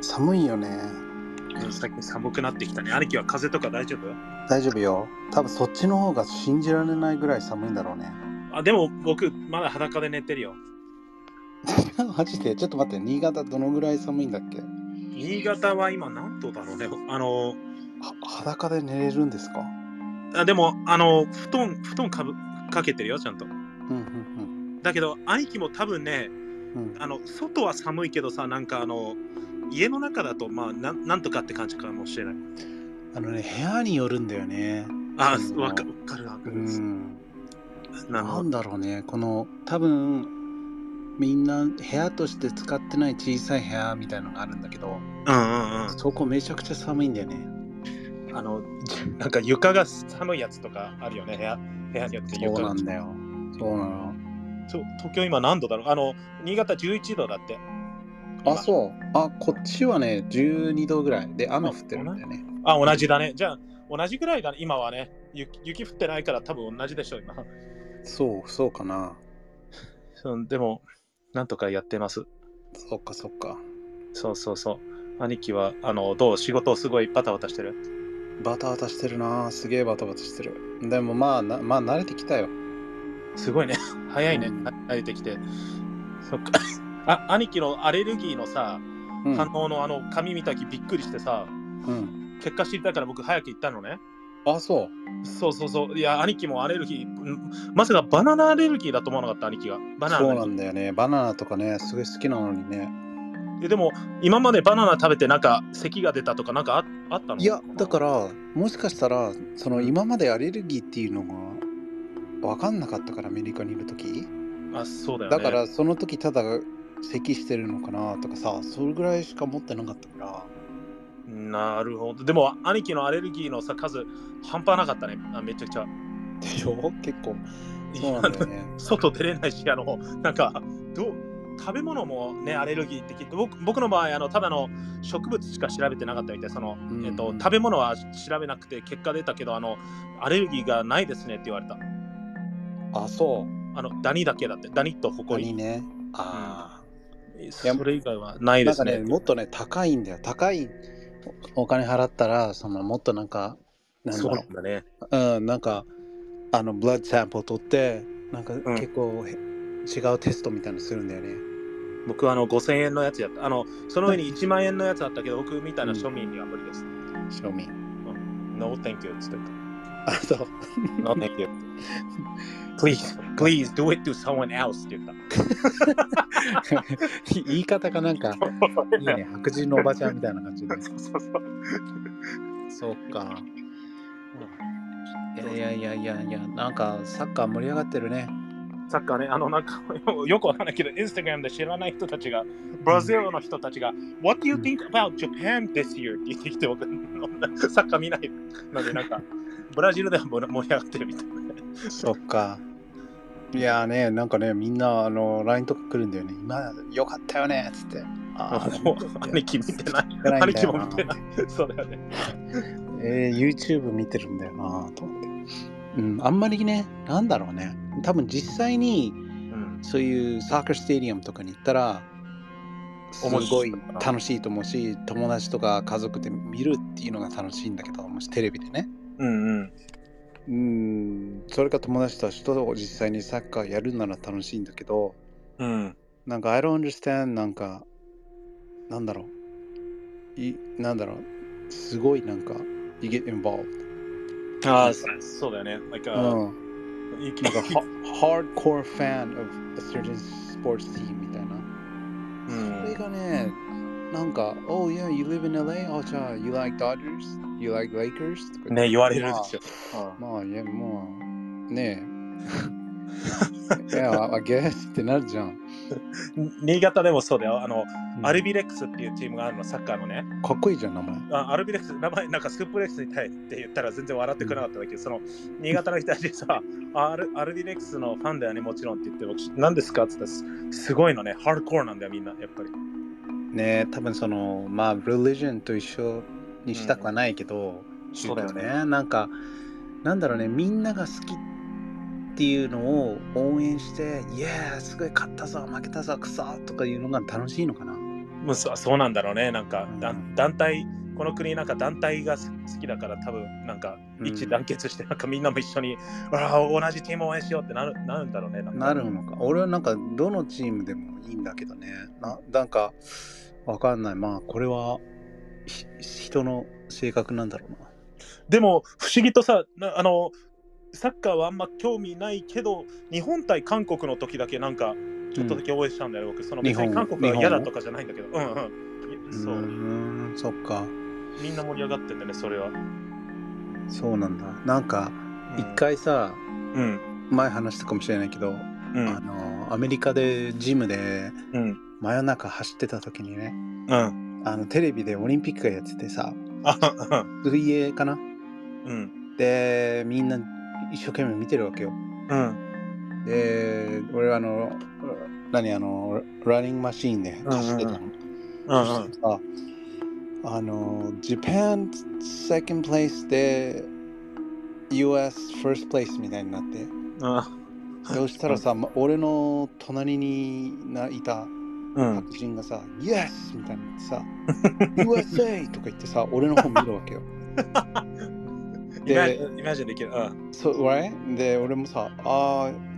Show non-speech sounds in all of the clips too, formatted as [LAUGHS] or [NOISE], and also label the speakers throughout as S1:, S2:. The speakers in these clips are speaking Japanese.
S1: 寒いよね。
S2: 最近寒くなってきたね。兄貴は風邪とか大丈夫
S1: 大丈夫よ。多分そっちの方が信じられないぐらい寒いんだろうね。 [LAUGHS]
S2: あ、でも僕、まだ裸で寝てるよ。
S1: マジでちょっと待って、新潟どのぐらい寒いんだっけ
S2: 新潟は今何度だろうね。あの、
S1: は裸で寝れるんですか
S2: あでも、あの、布団、布団かぶかけてるよ、ちゃんと。
S1: うんうん
S2: だけど、兄貴も多分ね、
S1: うん。
S2: あの、外は寒いけどさ、なんかあの、家の中だと、まあ、なんなんとかって感じかもしれない。
S1: あのね、部屋によるんだよね。
S2: あ
S1: う、ん
S2: わかわかるわか
S1: う。
S2: る。なんる
S1: な
S2: ほ
S1: ん
S2: ど
S1: だろうね、この多分みんな部屋として使ってない小さい部屋みたいのがあるんだけど、
S2: うんうんうん。
S1: そこめちゃくちゃ寒いんだよね。
S2: あの、なんか床が寒いやつとかあるよね、部屋部屋によって
S1: そ
S2: 床
S1: う
S2: が
S1: なんだよ。そうなの。
S2: そう東京今何度だろうあの、新潟11度だって。
S1: あ、そう。あ、こっちはね、12度ぐらいで雨降ってるんだよね。
S2: あ、同じだね。じゃあ、同じぐらいだね、今はね。雪雪降ってないから多分同じでしょ、今。
S1: そう、そうかな。
S2: [LAUGHS] そうでも、なんとかやってます。
S1: そっかそっか。
S2: そうそうそう。兄貴は、あの、どう仕事をすごいバタバタしてる
S1: バタバタしてるな。すげえバタバタしてる。でもまあ、なまあ慣れてきたよ。
S2: すごいね。早いね。
S1: うん
S2: 慣れてきて。そっか。あ、兄貴のアレルギーのさ、
S1: うん。
S2: 反応のあの、髪見たきびっくりしてさ、
S1: うん、
S2: 結果知りたいから僕早く行ったのね。
S1: あ、そう。
S2: そうそうそう。いや、兄貴もアレルギー、んまさかバナナアレルギーだと思わなかった、兄貴が。バナナ
S1: そうなんだよね。バナナとかね、すごい好きなのにね。
S2: えでも今までバナナ食べてなんか咳が出たとかなんかああったの
S1: いやだからもしかしたらその今までアレルギーっていうのが分かんなかったからアメリカにいる時
S2: らあそうだよね
S1: だからその時ただ咳してるのかなとかさそれぐらいしか持ってなかったから
S2: なるほどでも兄貴のアレルギーのさ数半端なかったねあめちゃくちゃ
S1: でしょ結構そうなんだよね
S2: 外出れないしあのなんかどう食べ物もねアレルギーって聞いて僕僕の場合あのただの植物しか調べてなかったみたいその、
S1: うん
S2: えっと、食べ物は調べなくて結果出たけどあのアレルギーがないですねって言われた
S1: あそう
S2: あのダニだけだってダニとホ
S1: こ
S2: コ
S1: こに
S2: リ
S1: ねあ
S2: それ以外はない
S1: あ
S2: で
S1: なんか
S2: す
S1: ね
S2: ね
S1: もっとね高いんだよ高いお金払ったらそのもっとなんかなんだ
S2: そう
S1: ろう
S2: なんだね
S1: うん、なんかあのブラッドサンプル取ってなんか結構、へ違うテストみたいなのするんだよね
S2: 僕はあの5000円のやつやった。あの、その上に1万円のやつあったけど、僕みたいな庶民には無理です。
S1: 賞味
S2: No, thank you. つって
S1: あそう
S2: No, thank you. Please, please do it to someone else って言った。
S1: [LAUGHS] 言い方がなんかいいね白人のおばちゃんみたいな感じで
S2: そうそうそう。
S1: そうかいやいやいやいやいやなんかサッカー盛り上がってるね
S2: サッカーね、あの、なんか、 [LAUGHS] よくわかんないけど、インスタグラムで知らない人たちが、ブラジルの人たちが、What do you think about Japan this year? って言ってきて、僕、 [LAUGHS] サッカー見ないので、なんか、ブラジルでは盛り上がってるみたいな。
S1: そっかいやーねなんかねみんなあの LINE とか来るんだよね今よかったよねっつってあー
S2: もう [LAUGHS] 兄貴見てない。
S1: 見てないん
S2: 兄
S1: だ
S2: 貴
S1: よ
S2: も
S1: な
S2: 見てない。そうだよね。
S1: えー、YouTube 見てるんだよなと思って。うん、あんまりね、なんだろうね。多分実際に
S2: うん。
S1: そういうサッカースタジアムとかに行ったら、す
S2: 面
S1: ご
S2: 白い
S1: い楽しいと思うし、友達とか家族で見るっていうのが楽しいんだけど、もしテレビでね。
S2: うんうん。
S1: うん、それか友達と人を実際にサッカーやるなら楽しいんだけど、
S2: うん。
S1: なんか I don't understand なんかなんだろういなんだろうすごいなんか you get involved
S2: ああ、そうそうだよね。Like,
S1: う
S2: uh,
S1: ん
S2: いき
S1: なんかハ hardcore fan of a certain sports team みたいな。そ
S2: う
S1: れ
S2: ん
S1: がね、なんか、Oh yeah, you live in LA? あ、じゃあ、You like Dodgers? You like Lakers? とか
S2: ね、言われるでしょ。
S1: まあ、いや、もう、ねえ。いや、I [LAUGHS] guess ってなるじゃん。
S2: うん新潟でもそうだよ。あの、アル
S1: ビ
S2: ビレックスっていうチームがあるの、サッカーのね。
S1: かっこいいじゃん、名前。
S2: あアルビレックス、名前なんかスープレックスに対って言ったら全然笑ってくれなかったんだけど、その、新潟の人たちさ、アルアルビレックスのファンだよね、もちろんって言って、僕、何ですかって言ったらす、すごいのね、ハードコアなんだよ、みんな、やっぱり。
S1: ねえ、多分その、まあ、religion と一緒にしたくはないけど、
S2: そうだよね
S1: 宗教なんか、なんだろうね、みんなが好きっていうのを応援して、いやー、すごい勝ったぞ、負けたぞ、くそーとかいうのが楽しいのかな。
S2: まあ、そそうなんだろうね。なんか、だ
S1: うん
S2: 団体、この国なんか団体が好好きだから多分なんか
S1: うん
S2: 一致団結してなんかみんなも一緒に、ああ同じチームを応援しようってなるなるんだろうね。んか
S1: なるのか。俺はなんか、どのチームでもいいんだけどね。ななんか、わかんない。まあ、これは、ひ人の性格なんだろうな。
S2: でも不思議とさなあのサッカーはあんま興味ないけど日本対韓国の時だけなんかちょっとだけ応援したんだよ、僕その
S1: 日本
S2: 別に韓国は嫌だとかじゃないんだけどうんうん
S1: うん
S2: そう、
S1: ーんそっか。
S2: みんな盛り上がってんだねそれは
S1: そうなんだ。なんか、
S2: うん
S1: 一回さ、
S2: うん
S1: 前話したかもしれないけど、
S2: う
S1: あ
S2: ん
S1: の、アメリカでジムで
S2: うん
S1: 真夜中走ってた時にね、
S2: うん
S1: あの、テレビでオリンピックがやっててさ、
S2: あうん
S1: 水泳かな
S2: うん
S1: で、みんな一生懸命見てるわけよ。
S2: うん
S1: で、俺はあの、何あの、ランニングマシーンで走ってたの。
S2: うん
S1: ああの、Japan second place で US first place みたいになって。そしたらさ、ま俺の隣にないた
S2: うん
S1: 白人がさ、Yes! みたいになってさ、USA! とか言ってさ、俺の方見るわ
S2: [LAUGHS]
S1: けよ。で
S2: イマジンイマジンできるうん
S1: そう、right? で、俺もさ、あ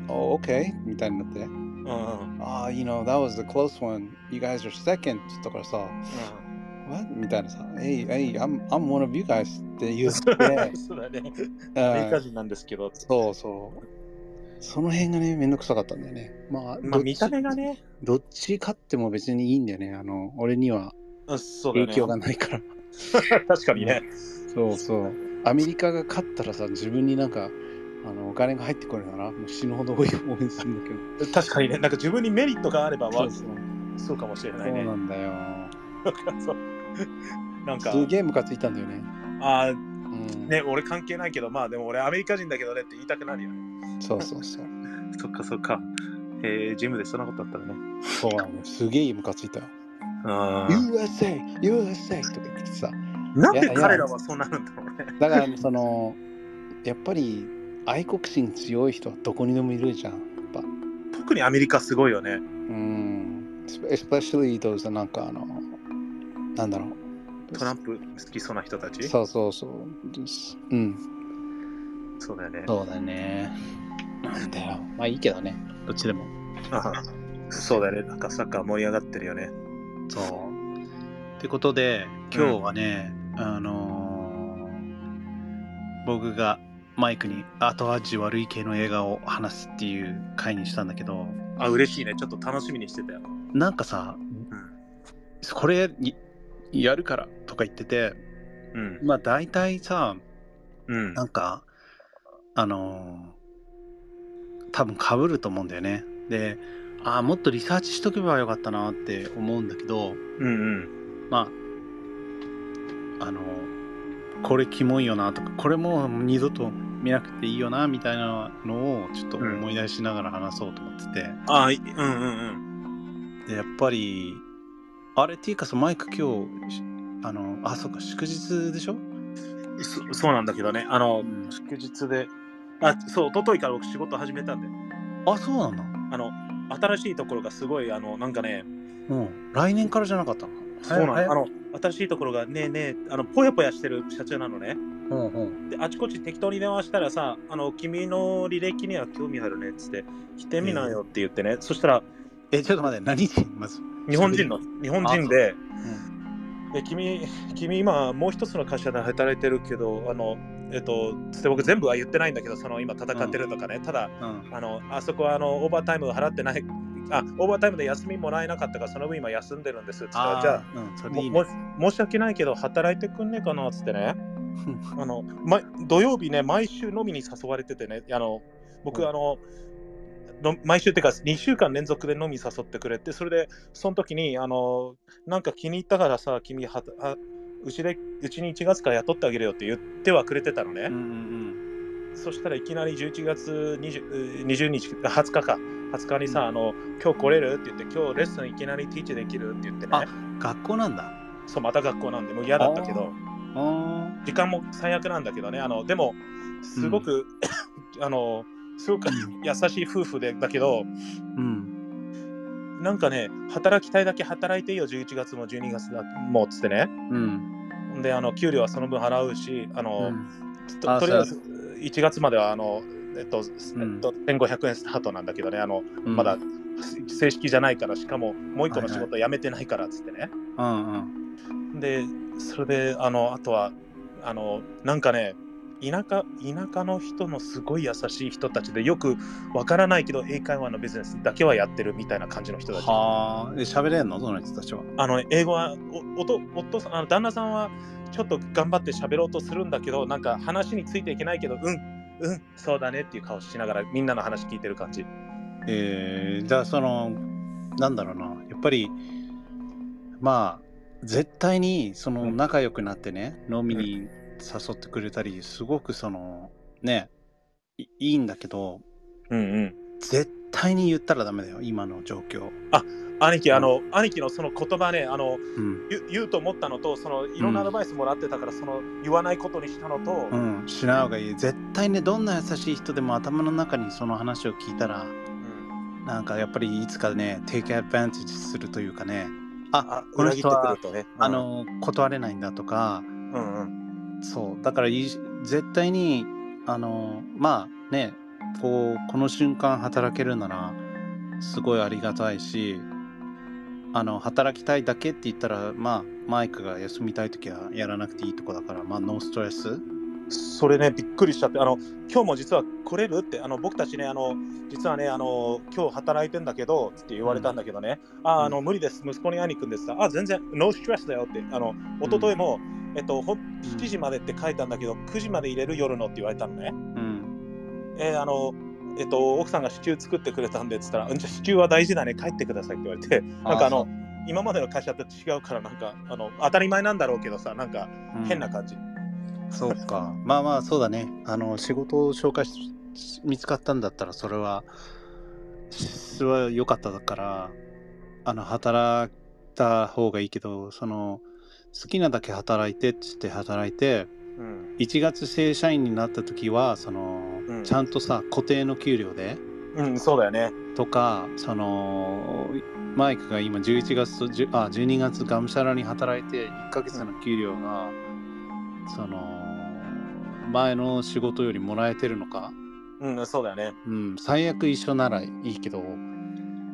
S1: ー、oh, OK? みたいになって。
S2: うんうん
S1: ああ、you know, that was the close one. You guys are second. って言ったからさ、What? みたいなさ、Hey, hey, I'm, I'm one of you guys って言って、
S2: [LAUGHS] うんそうだね
S1: う
S2: アメリカ
S1: ん
S2: 人なんですけど
S1: そうそう。その辺がね、めんどくさかったんだよね。まあ、
S2: まあ
S1: どっち
S2: 見た目が。ね
S1: どっち勝っても別にいいんだよね。あの、俺には
S2: うんそうだ
S1: 影
S2: ね
S1: 響がないから。
S2: 確かにね
S1: そうそう。アメリカが勝ったらさ、自分になんか、あの、お金が入ってくるなら、もう死ぬほど応援するんだけど。
S2: 確かにね、なんか自分にメリットがあればわ
S1: そう
S2: そうかもしれな
S1: そ
S2: いうね
S1: な。んだよ。
S2: [LAUGHS] そうなんか、
S1: すげえムカついたんだよね。
S2: あー
S1: うん、
S2: ね、俺関係ないけど、まあでも俺アメリカ人だけどねって言いたくなるよね。
S1: そうそうそう。
S2: そっかそっか。えー、ジムでそんなことあったらね。
S1: そうなのよすげえムカついたよ。
S2: あ
S1: USA! USA! とか言ってさ。
S2: なんで彼らはそうなるんだろうね。
S1: だから、その、やっぱり愛国心強い人はどこにでもいるじゃん。やっぱ。
S2: 特にアメリカすごいよね。
S1: うん。especially those なんかあの、なんだろう。
S2: トランプ好きそうな人たち。
S1: そうそうそう。ですうん。
S2: そうだよね。
S1: そうだね。なんだよ。まあいいけどね。どっちでも。
S2: あは [LAUGHS] そうだよね。なんかサッカー盛り上がってるよね。
S1: そう。ってことで、今日はね、あのー僕がマイクに後味悪い系の映画を話すっていう回にしたんだけど、
S2: あ、嬉しいね。ちょっと楽しみにしてたよ。
S1: なんかさ、
S2: うん。
S1: これいやるからとか言ってて、
S2: うん。
S1: まあ大体さ、
S2: うん
S1: な。んか、あのー多分被ると思うんだよね。で、ああ、もっとリサーチしとけばよかったなって思うんだけど、
S2: うん
S1: まああのこれキモいよなとかこれもう二度と見なくていいよなみたいなのをちょっと思い出しながら話そうと思ってて、
S2: うん。あ、いうんうんうん。
S1: でやっぱりあれっていうかそのマイク今日しあのあそっか祝日でしょ、
S2: そそうなんだけどね。あの、
S1: ん、
S2: 祝日で、あ、そう、一昨日から僕仕事始めたんで、
S1: あそうなんだ
S2: あの、新しいところがすごい、あの、なんかね、
S1: うん来年からじゃなかったの
S2: そうなの、
S1: え
S2: あの、新しいところがねえねえ、あの、ぽやぽやしてる社長なのね。
S1: うんうん
S2: で、あちこち適当に電話したらさ、あの、君の履歴には興味あるねっつって、来てみなよって言ってね、そしたら、
S1: えちょっと待って何 [LAUGHS] 人まず
S2: 日本人の、日本人で、
S1: う
S2: で君、君今、もう一つの会社で働いてるけど、あの、えっと、つって僕全部は言ってないんだけど、その今戦ってるとかね、ただ、
S1: んうん
S2: あのあそこはあのオーバータイム払ってないあ、オーバータイムで休みもらえなかったから、その分今休んでるんですって言ったら、じゃ
S1: あーうんそ
S2: あ
S1: れでいいね
S2: もも申し訳ないけど、働いてくんねえかなっつって
S1: [LAUGHS]
S2: ね
S1: うん、
S2: あのま、土曜日ね、毎週飲みに誘われててね、あの僕、
S1: うん
S2: あの、の毎週っていうか2週間連続で飲み誘ってくれてそれでその時にあのなんか気に入ったからさ君はあうちでうちに1月から雇ってあげるよって言ってはくれてたのね、
S1: うんうん
S2: そしたらいきなり11月 20, 20日、20日か、20日にさ、あの、今日来れるって言って、今日レッスンいきなりティーチできるって言ってね、
S1: あうん学校なんだ
S2: そう、また学校なんで、もう嫌だったけど、
S1: あ
S2: 時間も最悪なんだけどね、あの、でも、すごく、 [LAUGHS] あの、すごく優しい夫婦で、だけど、
S1: ーうん
S2: なんかね、働きたいだけ働いていいよ、11月も12月だもうっつってね。
S1: うん。
S2: で、あの給料はその分払うし、あの、
S1: あ
S2: ととりあえず1月まではあの、えっ
S1: ん
S2: と、えっと、1500円スタートなんだけどね、あの
S1: うん
S2: まだ正式じゃないから、しかももう一個の仕
S1: はい
S2: 事辞めてないからっつってね。
S1: うんうん。
S2: で、それで、あの、あとは、あの、なんかね、田舎田舎の人のすごい優しい人たちでよくわからないけど英会話のビジネスだけはやってるみたいな感じの人たち
S1: はあ。え、喋れんのその人たちは。
S2: あの英語はおおと夫さんあの旦那さんはちょっと頑張って喋ろうとするんだけどなんか話についていけないけどうんうんそうだねっていう顔しながらみんなの話聞いてる感じ
S1: えー、じゃあそのなんだろうなやっぱりまあ絶対にその
S2: うん
S1: 仲良くなってね、飲みに誘ってくれたりすごくそのねいいいんだけど
S2: うんうん
S1: 絶対に言ったらダメだよ今の状況、
S2: 兄貴あの、兄貴のその言葉ねあの
S1: うん
S2: 言う言うと思ったのとそのいろんなアドバイスもらってたから、その言わないことにしたのと、
S1: うん、しない方がいい絶対ねどんな優しい人でも頭の中にその話を聞いたら
S2: うん
S1: なんかやっぱりいつかね take advantage するというかねあ
S2: あ
S1: この
S2: 裏切っ
S1: 人
S2: てく
S1: は
S2: るとね
S1: あ、の断れないんだとか、
S2: うん、うんうん
S1: そうだからい絶対にあのまあねこうこの瞬間働けるならすごいありがたいしあの働きたいだけって言ったらまあマイクが休みたい時はやらなくていいとこだからまあノーストレス
S2: それねびっくりしちゃってあの今日も実は来れるってあの僕たちねあの実はねあの今日働いてんだけどつって言われたんだけどね、ああの無理です息子に会いに行くんですあ全然ノーストレスだよってあの一昨日も、えっとほん7時までって書いたんだけど9時まで入れる夜のって言われたのね
S1: うん
S2: えーあのえっと奥さんがシチュー作ってくれたんでっつったらうんじゃあシチューは大事だね帰ってくださいって言われてなんかあの今までの会社と違うからなんかあの当たり前なんだろうけどさなんか変な
S1: 感
S2: 感じ、
S1: じそうかまあまあそうだねあの仕事を紹介しし見つかったんだったらそれはそれは良かっただからあの働いた方がいいけどその好きなだけ働いてっつって働いて
S2: うん
S1: 1月正社員になった時はその、
S2: うん
S1: ちゃんとさ固定の給料で
S2: うん、そうだよね
S1: とかそのマイクが今11月と10あ12月がむしゃらに働いて1ヶ月の給料が、その前の仕事よりもらえてるのか、
S2: うんそうだよね
S1: うん、最悪一緒ならいいけど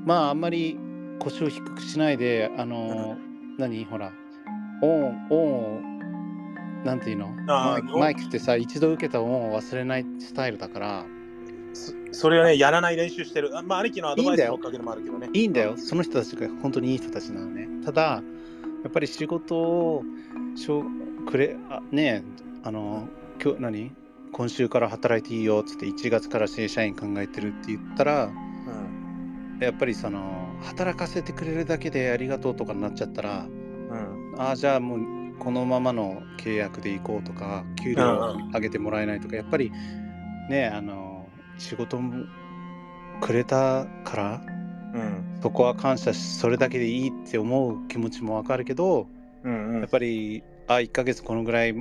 S1: まああんまり腰を低くしないであの、何ほらオンオンをなんていうのマ
S2: あ
S1: イ
S2: ー
S1: クマイクってさ一度受けたオンを忘れないスタイルだから
S2: そそれをね、やらない練習してる。あまあ、兄貴のアド
S1: いい
S2: バイ
S1: んだ
S2: ス
S1: よ
S2: のおかげでもあるけどね。
S1: いいんだよその人たちが本当にいい人たちなのねただやっぱり仕事をしょくれあねあの今日何今週から働いていいよっつって1月から正社員考えてるって言ったら
S2: うん。
S1: やっぱりその働かせてくれるだけでありがとうとかになっちゃったら
S2: うん。
S1: ああじゃあもうこのままの契約で行こうとか給料を上げてもらえないとかやっぱりねあの仕事もくれたから
S2: うん。
S1: そこは感謝しそれだけでいいって思う気持ちもわかるけど
S2: うん。う
S1: や
S2: ん
S1: っ。ぱりあ1ヶ月このぐらい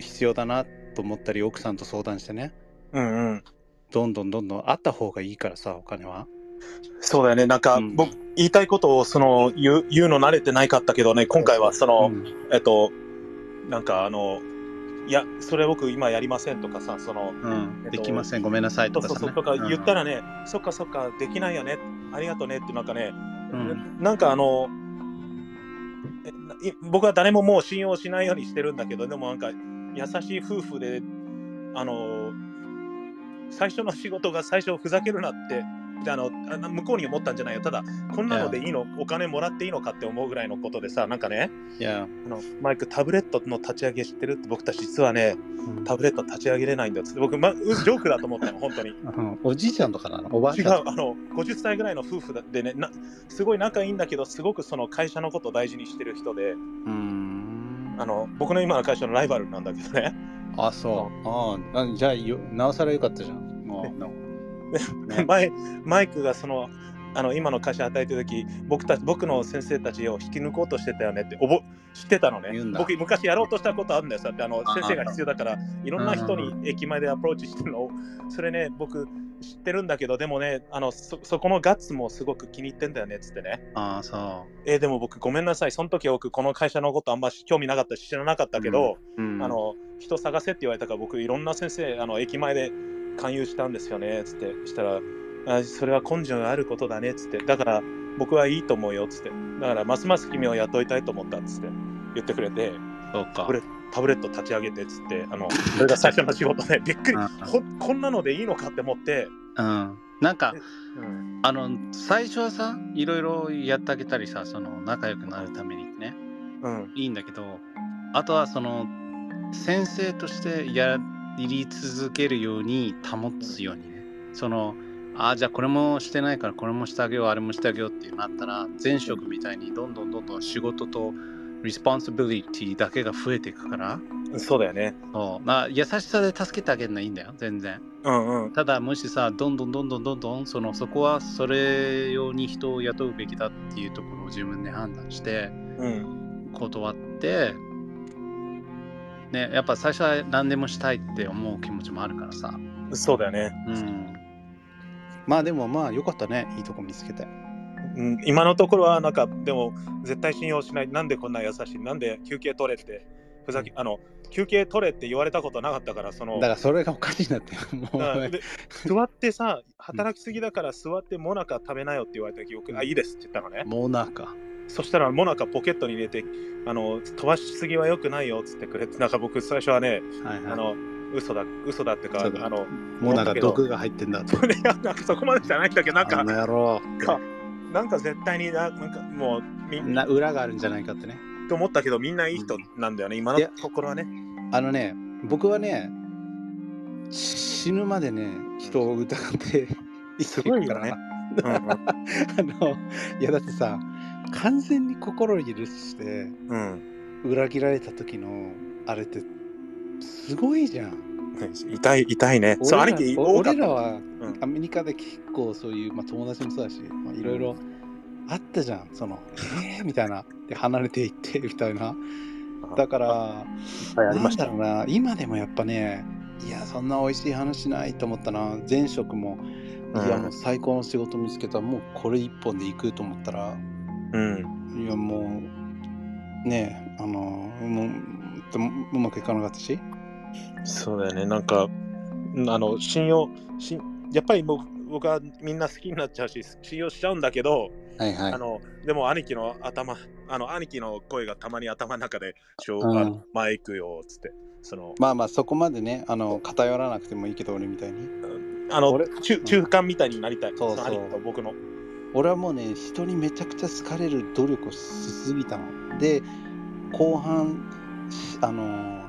S1: 必要だなと思ったり奥さんと相談してね
S2: うん。うん。
S1: どんどんどんどんあった方がいいからさお金は。
S2: そうだよね。なんか、
S1: うん
S2: 僕、言いたいことを、その、言う、言うの慣れてないかったけどね、今回は、そ
S1: う
S2: の、
S1: ん
S2: えっと、なんか、あの、いや、それ僕今やりませんとかさ、その、
S1: うん
S2: えっと
S1: できませんごめんなさいと
S2: そう
S1: か
S2: そう
S1: さ、
S2: そ
S1: ね
S2: う、とか言った
S1: ら、
S2: らね、そっかそっか、できないよね、ありがとうねって、なんかね、
S1: うん
S2: なんかあの、えない僕は誰ももう信用しないようにしてるんだけど、でもなんか優しい夫婦で、あの、最初の仕事が最初ふざけるなって、であのあの向こうに思ったんじゃないよ。ただ、こんなのでいいの、お金もらっていいのかって思うぐらいのことでさ、なんかね、
S1: いや、
S2: あのマイク、タブレットの立ち上げ知ってるって僕たち実はね、
S1: うん
S2: タブレット立ち上げれないんだよつって、僕、ま、うジョークだと思ったの、本当に。
S1: うんおじいちゃんとかなのおばあ
S2: 違
S1: ち
S2: う
S1: ゃん
S2: あの50歳ぐらいの夫婦だでねなすごい仲いいんだけどすごくその会社のことを大事にしてる人で
S1: うーん
S2: あの僕の今の会社のライバルなんだけどね
S1: あそうああなじゃあよなおさらよかったじゃんもう、
S2: 前マイクがそのあの今の会社働いてる時僕たち僕の先生たちを引き抜こうとしてたよねっておぼ知ってたのね
S1: 言うんだ
S2: 僕昔やろうとしたことあるんだよさってあの
S1: あ
S2: 先生が必要だからいろんな人
S1: う
S2: に駅前でアプローチしてるのをそれね僕知ってるんだけどでもねあのそそこのガッツもすごく気に入ってんだよねっつってね
S1: ああ、そ
S2: えーでも僕ごめんなさいその時僕この会社のことあんまし興味なかったし知らなかったけど、
S1: う。うん
S2: あ、の人探せって言われたから僕いろんな先生あの駅前で勧誘したんですよねつってしたらあそれは根性があることだねつってだから僕はいいと思うよつってだからますます君を雇いたいと思ったつって言ってくれて
S1: そうか。
S2: これタブレット立ち上げてつってあのそれが最初の仕事で、びっくり
S1: うん
S2: ここんなのでいいのかって思って、
S1: うん。なんか、
S2: うん
S1: あの、最初はさ、いろいろやってあげたりさ、その、仲良くなるためにね、
S2: うん
S1: いいんだけど、あとはその、先生としてやり続けるように保つようにね。その、ああ、じゃあこれもしてないから、これもしてあげよう、あれもしてあげようってなったら、前職みたいにどんどんどんどん仕事と、リスポンシビリティだけが増えていくから、
S2: そうだよね
S1: そうまあ優しさで助けてあげるのはいいんだよ全然
S2: うんうん
S1: ただもしさどんどんどんどんどんどんそのそこはそれ用に人を雇うべきだっていうところを自分で判断して
S2: うん
S1: 断ってねやっぱ最初は何でもしたいって思う気持ちもあるからさ
S2: そうだよね、
S1: うんまあでもまあよかったねいいとこ見つけて
S2: うん、今のところはなんかでも絶対信用しないなんでこんな優しいなんで休憩取れってふざけあの休憩取れって言われたことなかったからその
S1: だからそれがおかしいなってもう
S2: うんで座ってさ働きすぎだから座ってモナカ食べなよって言われた記憶、あいいですって言ったのね
S1: もうなんか
S2: そしたらモナカポケットに入れてあの飛ばしすぎはよくないよっつってくれてなんか僕最初はね
S1: はい
S2: あ
S1: はい
S2: の嘘だ嘘だってか
S1: そうだ
S2: あの [LAUGHS]
S1: もうなんか毒が入ってんだと
S2: いやなんかそこまでじゃないんだけどな
S1: あ
S2: んか
S1: の野郎
S2: なんか絶対にななんかもうみんな
S1: な裏があるんじゃないかってね
S2: と思ったけどみんないい人なんだよね今の
S1: いや
S2: ところはね
S1: あのね、僕はね、死ぬまでね、人を疑って生きてるから、
S2: すうん
S1: あの、いやだってさ、完全に心を許して
S2: うん、
S1: 裏切られた時のあれってすごいじゃん。
S2: うん痛い痛いね
S1: 俺
S2: そう
S1: ら
S2: ありき
S1: お
S2: 多かっ
S1: 俺
S2: た
S1: らは
S2: うん
S1: アメリカで結構そういう、まあ、友達もそうだし、まあいろいろあったじゃん。そ
S2: [LAUGHS]
S1: の、えー、みたいな。で、離れていってみたいな。だから、
S2: はいあり
S1: な
S2: ま
S1: ん
S2: し
S1: だ
S2: た
S1: ろうな今でもやっぱねいやそんな美味しい話ないと思ったな前職もいやもう最高の仕事見つけたもうこれ一本で行くと思ったら
S2: うん
S1: いやもうねえあのもうでもうまくいかなかったし
S2: そうだよねなんかうんあの信用しやっぱりもう僕はみんな好きになっちゃうし信用しちゃうんだけど、
S1: はいは
S2: あのでも兄貴の頭あの兄貴の声がたまに頭の中で「しょう
S1: うん
S2: あの前行くよ」っつってその
S1: まあまあそこまでねあの偏らなくてもいいけど俺みたいに
S2: あの
S1: 俺
S2: 中中間みたいになりたい
S1: そうそう
S2: の兄貴と僕の
S1: 俺はもうね人にめちゃくちゃ好かれる努力をしすぎたので後半しあのー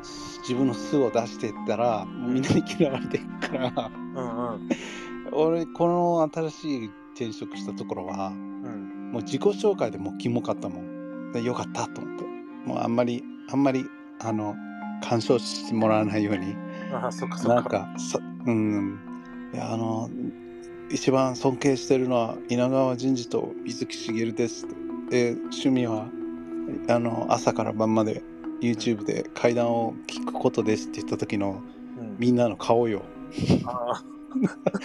S1: 自分の素を出していったらもうみんなに嫌われていくから
S2: うんうん
S1: 俺この新しい転職したところは
S2: うん
S1: もう自己紹介でもうキモかったもんでよかったと思ってもうあんまりあんまりあの干渉してもらわないように
S2: ああそっかそっか
S1: なんかさうんいやあの一番尊敬してるのは稲川淳二と水木しげるですで趣味はあの朝から晩まで YouTube で階段を聞くことですって言った時の
S2: うん
S1: みんなの顔よ
S2: ああ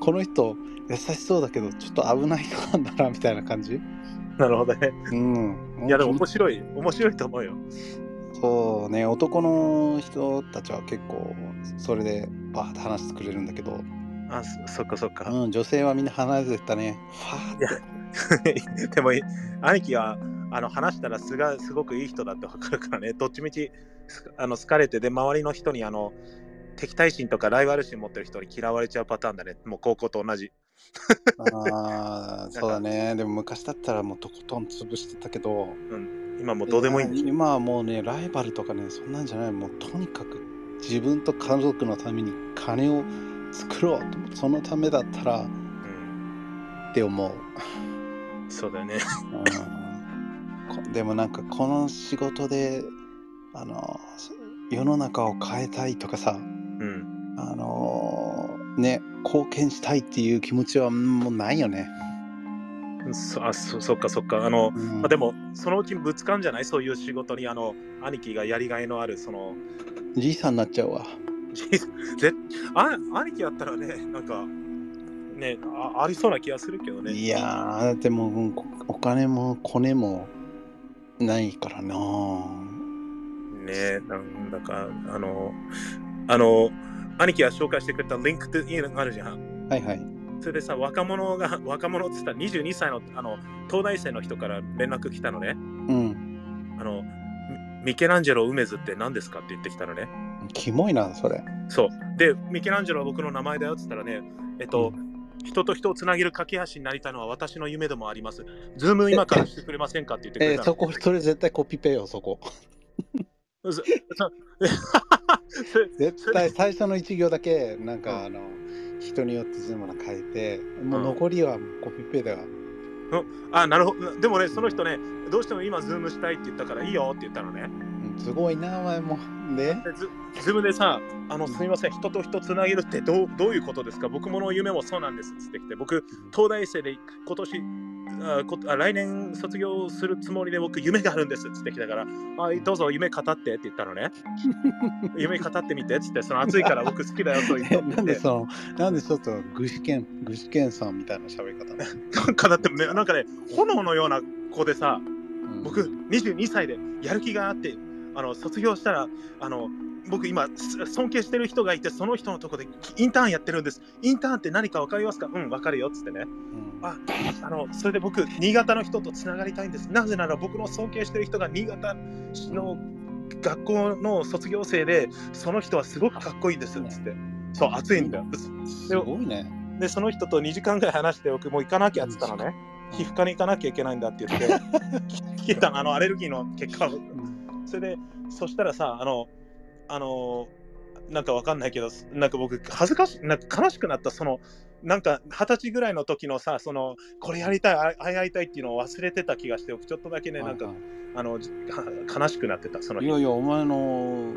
S1: この人優しそうだけどちょっと危ない人なんだなみたいな感じ
S2: なるほどね
S1: うん
S2: いやでも面白い面白いと思うよ
S1: そうね男の人たちは結構それでバーって話してくれるんだけど、
S2: あそそっかそっか、
S1: うん、女性はみんな離れてったねファーって
S2: [LAUGHS] でも兄貴はあの話したらすがすごくいい人だって分かるからねどっちみちすあの好かれてで周りの人にあの敵対心とかライバル心持ってる人に嫌われちゃうパターンだねもう高校と同じ
S1: ああ、そうだね。でも昔だったらもうとことん潰してたけど、
S2: 今もうどうでもいいんでしょ
S1: 今はもうね、ライバルとかね、そんなんじゃない。もうとにかく自分と家族のために金を作ろうと思って、そのためだったらっ
S2: うん、
S1: て思う。
S2: そうだよね
S1: うんこでもなんかこの仕事で、あの、世の中を変えたいとかさ、
S2: うん
S1: あのね、貢献したいっていう気持ちはもうないよね。
S2: そあそそっかそっか。あの、
S1: うん
S2: まあ、でも、そのうちにぶつかんじゃないそういう仕事に、あの、兄貴がやりがいのある、その、
S1: じいさんになっちゃうわ。
S2: ぜあ兄貴やったらね、なんか、ねあ、ありそうな気がするけどね。
S1: いやー、だってもううんお金もコネもないからな。
S2: ねなんだか、あの、あの、兄貴が紹介してくれたリンクっていうのがあるじゃん。
S1: はいはい。
S2: それでさ、若者が、若者って言ったら22歳の、あの、東大生の人から連絡来たのね。
S1: うん。
S2: あの、ミミケランジェロ梅津って何ですかって言ってきたのね。
S1: キモいな、それ。
S2: そう。で、ミケランジェロは僕の名前だよって言ったらね、えっと、人と人をつなげる架け橋になりたいのは私の夢でもあります。ズーム今からしてくれませんかって言ってく
S1: え
S2: れ
S1: ー
S2: た
S1: そ
S2: の。
S1: こ、それ絶対コピペよ、そ
S2: [LAUGHS]
S1: こ。
S2: そそそ
S1: 絶対最初の一行だけ、なんかあの、人によってズームな書いて、もう残りはコピペだわ。
S2: あ、なるほど。でもね、その人ね、どうしても今、ズームしたいって言ったから、いいよって言ったのね。
S1: うんすごいな、お前も。
S2: [LAUGHS]
S1: で、
S2: でズズームでさ、あの、すみません、人と人つなげるってどうどういうことですか僕もの夢もそうなんですって言ってきて、僕、東大生で今年、あこあ来年卒業するつもりで僕、夢があるんですって言ってきたから、あどうぞ夢語ってって言ったのね。 [LAUGHS] 夢語ってみてって言って、その暑いから僕好きだよと言って。
S1: [LAUGHS] なんでその、なんでちょっと具志堅、具志堅さんみたいな喋り方なの、
S2: 語ってね、なんかね、炎のような子でさ、
S1: うん
S2: 僕22歳でやる気があってあの卒業したらあの僕今す尊敬してる人がいてその人のとこでインターンやってるんですインターンって何か分かりますかうん分かるよっつってね
S1: うん
S2: ああのそれで僕新潟の人とつながりたいんですなぜなら僕の尊敬してる人が新潟の学校の卒業生でその人はすごくかっこいいですっつってそう熱いんだよ
S1: すごいね。
S2: でその人と2時間ぐらい話して僕もう行かなきゃっつったのね皮膚科に行かなきゃいけないんだって言って聞いたのあのアレルギーの結果をそれで、そしたらさ、あの、あの、なんかわかんないけど、なんか僕、恥ずかしい、なんか悲しくなった、その、なんか二十歳ぐらいの時のさ、その、これやりたい、ああれやりたいっていうのを忘れてた気がして、僕ちょっとだけね、なんか、あの、じ悲しくなってた、その
S1: い
S2: 日。
S1: やいや、お前の
S2: ん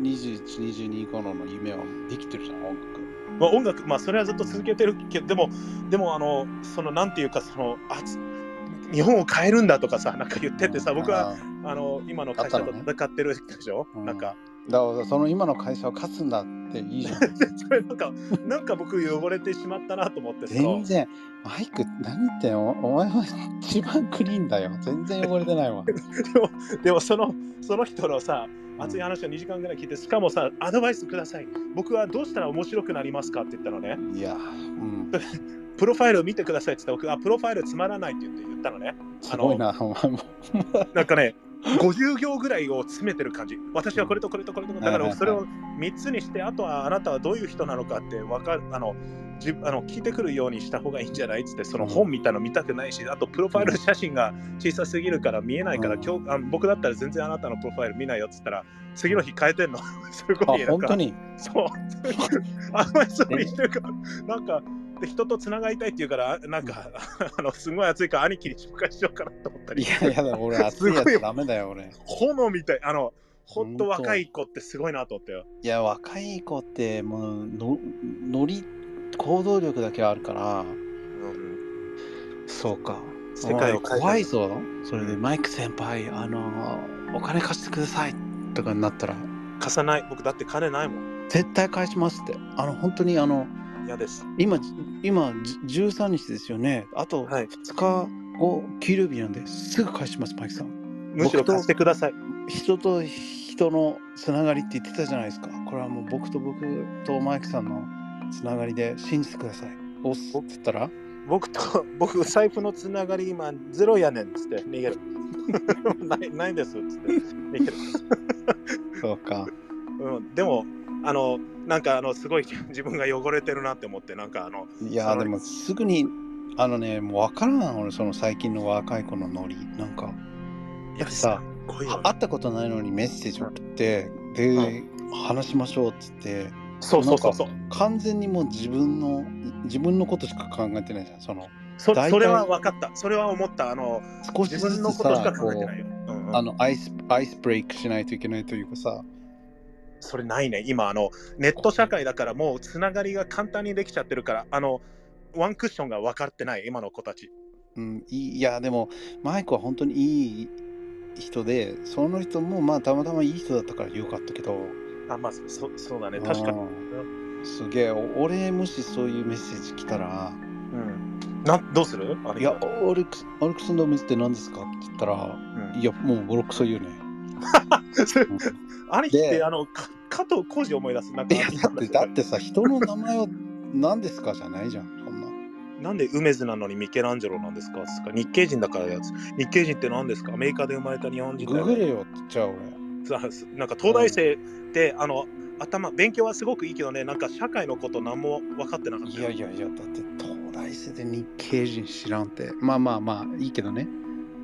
S1: 21、22頃の夢はできてるじゃん、音楽。
S2: まあ、音楽、まあ、それはずっと続けてるけど、でも、でも、あの、その、なんていうか、その、あつ日本を変えるんだとかさ、なんか言っててさ、僕は、
S1: あ
S2: あの、今の会社と戦ってるでしょ、
S1: うん
S2: なんか、 [LAUGHS]
S1: ー。だからその今の会社は勝つんだっていいじゃん。
S2: それなんか、なんか僕汚れてしまったなと思ってさ。
S1: 全然、マイク、何言ってんのお前は一番クリーンだよ。全然汚れてないわ。
S2: でもでもそのその人のさ [LAUGHS] 熱い話を2時間ぐらい聞いてしかもさアドバイスください僕はどうしたら面白くなりますかって言ったのね
S1: いや、うん、
S2: プロファイルを見てくださいって言ったら僕あプロファイルつまらないって言って言ったのね
S1: すごいな、お前も。
S2: なんかね50行ぐらいを詰めてる感じ私はこれとこれとこれとこれだか
S1: はい
S2: ら
S1: はい
S2: それを3つにしてあとはあなたはどういう人なのかってわかるあのじあの聞いてくるようにした方がいいんじゃないっつってその本見たの見たくないしあとプロファイル写真が小さすぎるから見えないから、
S1: うん
S2: 今日あ僕だったら全然あなたのプロファイル見ないよっつったら次の日変えてんの [LAUGHS] す
S1: あ
S2: ごい、なん
S1: 本当
S2: か
S1: に。
S2: そう [LAUGHS] あんまりそうにしてるからなんかで人とつながりたいっていうからあなんか [LAUGHS] あのすごい熱いから兄貴に紹介しようかなと思ったり
S1: いやいやだ、俺、熱いや
S2: すごい
S1: つ
S2: よ
S1: ダメだよ、俺。
S2: 炎みたいあのほんと
S1: ほんと
S2: 若い子ってすごいなと思ったよ
S1: いや、若い子って、もう、の、のり、行動力だけあるから、そうか。
S2: 世界を変えた
S1: 怖いぞ。それで、マイク先輩、あの、お金貸してくださいとかになったら、
S2: 貸さない僕だって金ないもん
S1: 絶対返しますって。あの、本当に、あの、
S2: 嫌です
S1: 今、今、じ13日ですよね。あと、
S2: はい
S1: 2日後、給料日なんで、すぐ返します、マイクさん。
S2: むしろ貸してください
S1: 人と人のつながりって言ってたじゃないですか。これはもう僕と僕とマイクさんのつながりで信じてください。おっすって言ったら、
S2: 僕と [LAUGHS] 僕財布のつながり今ゼロやねんっつって逃げる [LAUGHS] ないないですっつって逃げる、
S1: そうか。
S2: うん、でもあのなんかあのすごい自分が汚れてるなって思ってなんかあの
S1: い
S2: そ
S1: や
S2: の
S1: でもすぐに、あのね、もうわからん、俺、その最近の若い子のノリ。なんか、
S2: いや
S1: さ
S2: すごいよね
S1: 会ったことないのにメッセージ送って、で、話しましょうっつって、
S2: そうそうそうそう
S1: 完全にもう自分の、自分のことしか考えてないじゃん。その、
S2: そ
S1: 大体
S2: それは分かったそれは思ったあの
S1: 少し
S2: 自
S1: ず
S2: 分の
S1: つ
S2: ことし
S1: さ
S2: か、考
S1: こ、
S2: えてないうよ、うんうん
S1: あの、アイス、アイスブレイクしないといけないというかさ、
S2: それないね今あのネット社会だからもうつながりが簡単にできちゃってるからあのワンクッションが分かってない今の子たち
S1: うん、いいいやでもマイクは本当にいい人でその人もまあたまたまいい人だったからよかったけど
S2: あ、まあ、そそそうだね。確かに。
S1: うんすげえお俺もしそういうメッセージ来たら
S2: うん。な、どうする
S1: 「
S2: あれ
S1: いやオルクスオルクスの水って何ですか?」って言ったら「
S2: [LAUGHS]
S1: いやもうボロクソ言うね」
S2: あれって、
S1: で
S2: あの、か加藤浩二思い出す。なん
S1: い
S2: か、
S1: やだってだってさ人の名前を何ですかじゃないじゃんそんな
S2: なんで梅津なのにミケランジェロなんですかつうか日系人だからやつ。日系人って何ですかアメリカで生まれた日本人
S1: グ
S2: だよ
S1: グ
S2: ね。
S1: れよって言っちゃう俺
S2: さすなんか東大生って、あの、頭、勉強はすごくいいけどね、なんか社会のこと何も分かってなかっ
S1: い
S2: た
S1: や
S2: よ。
S1: いやいやだって東大生で日系人知らんってまあまあまあいいけどね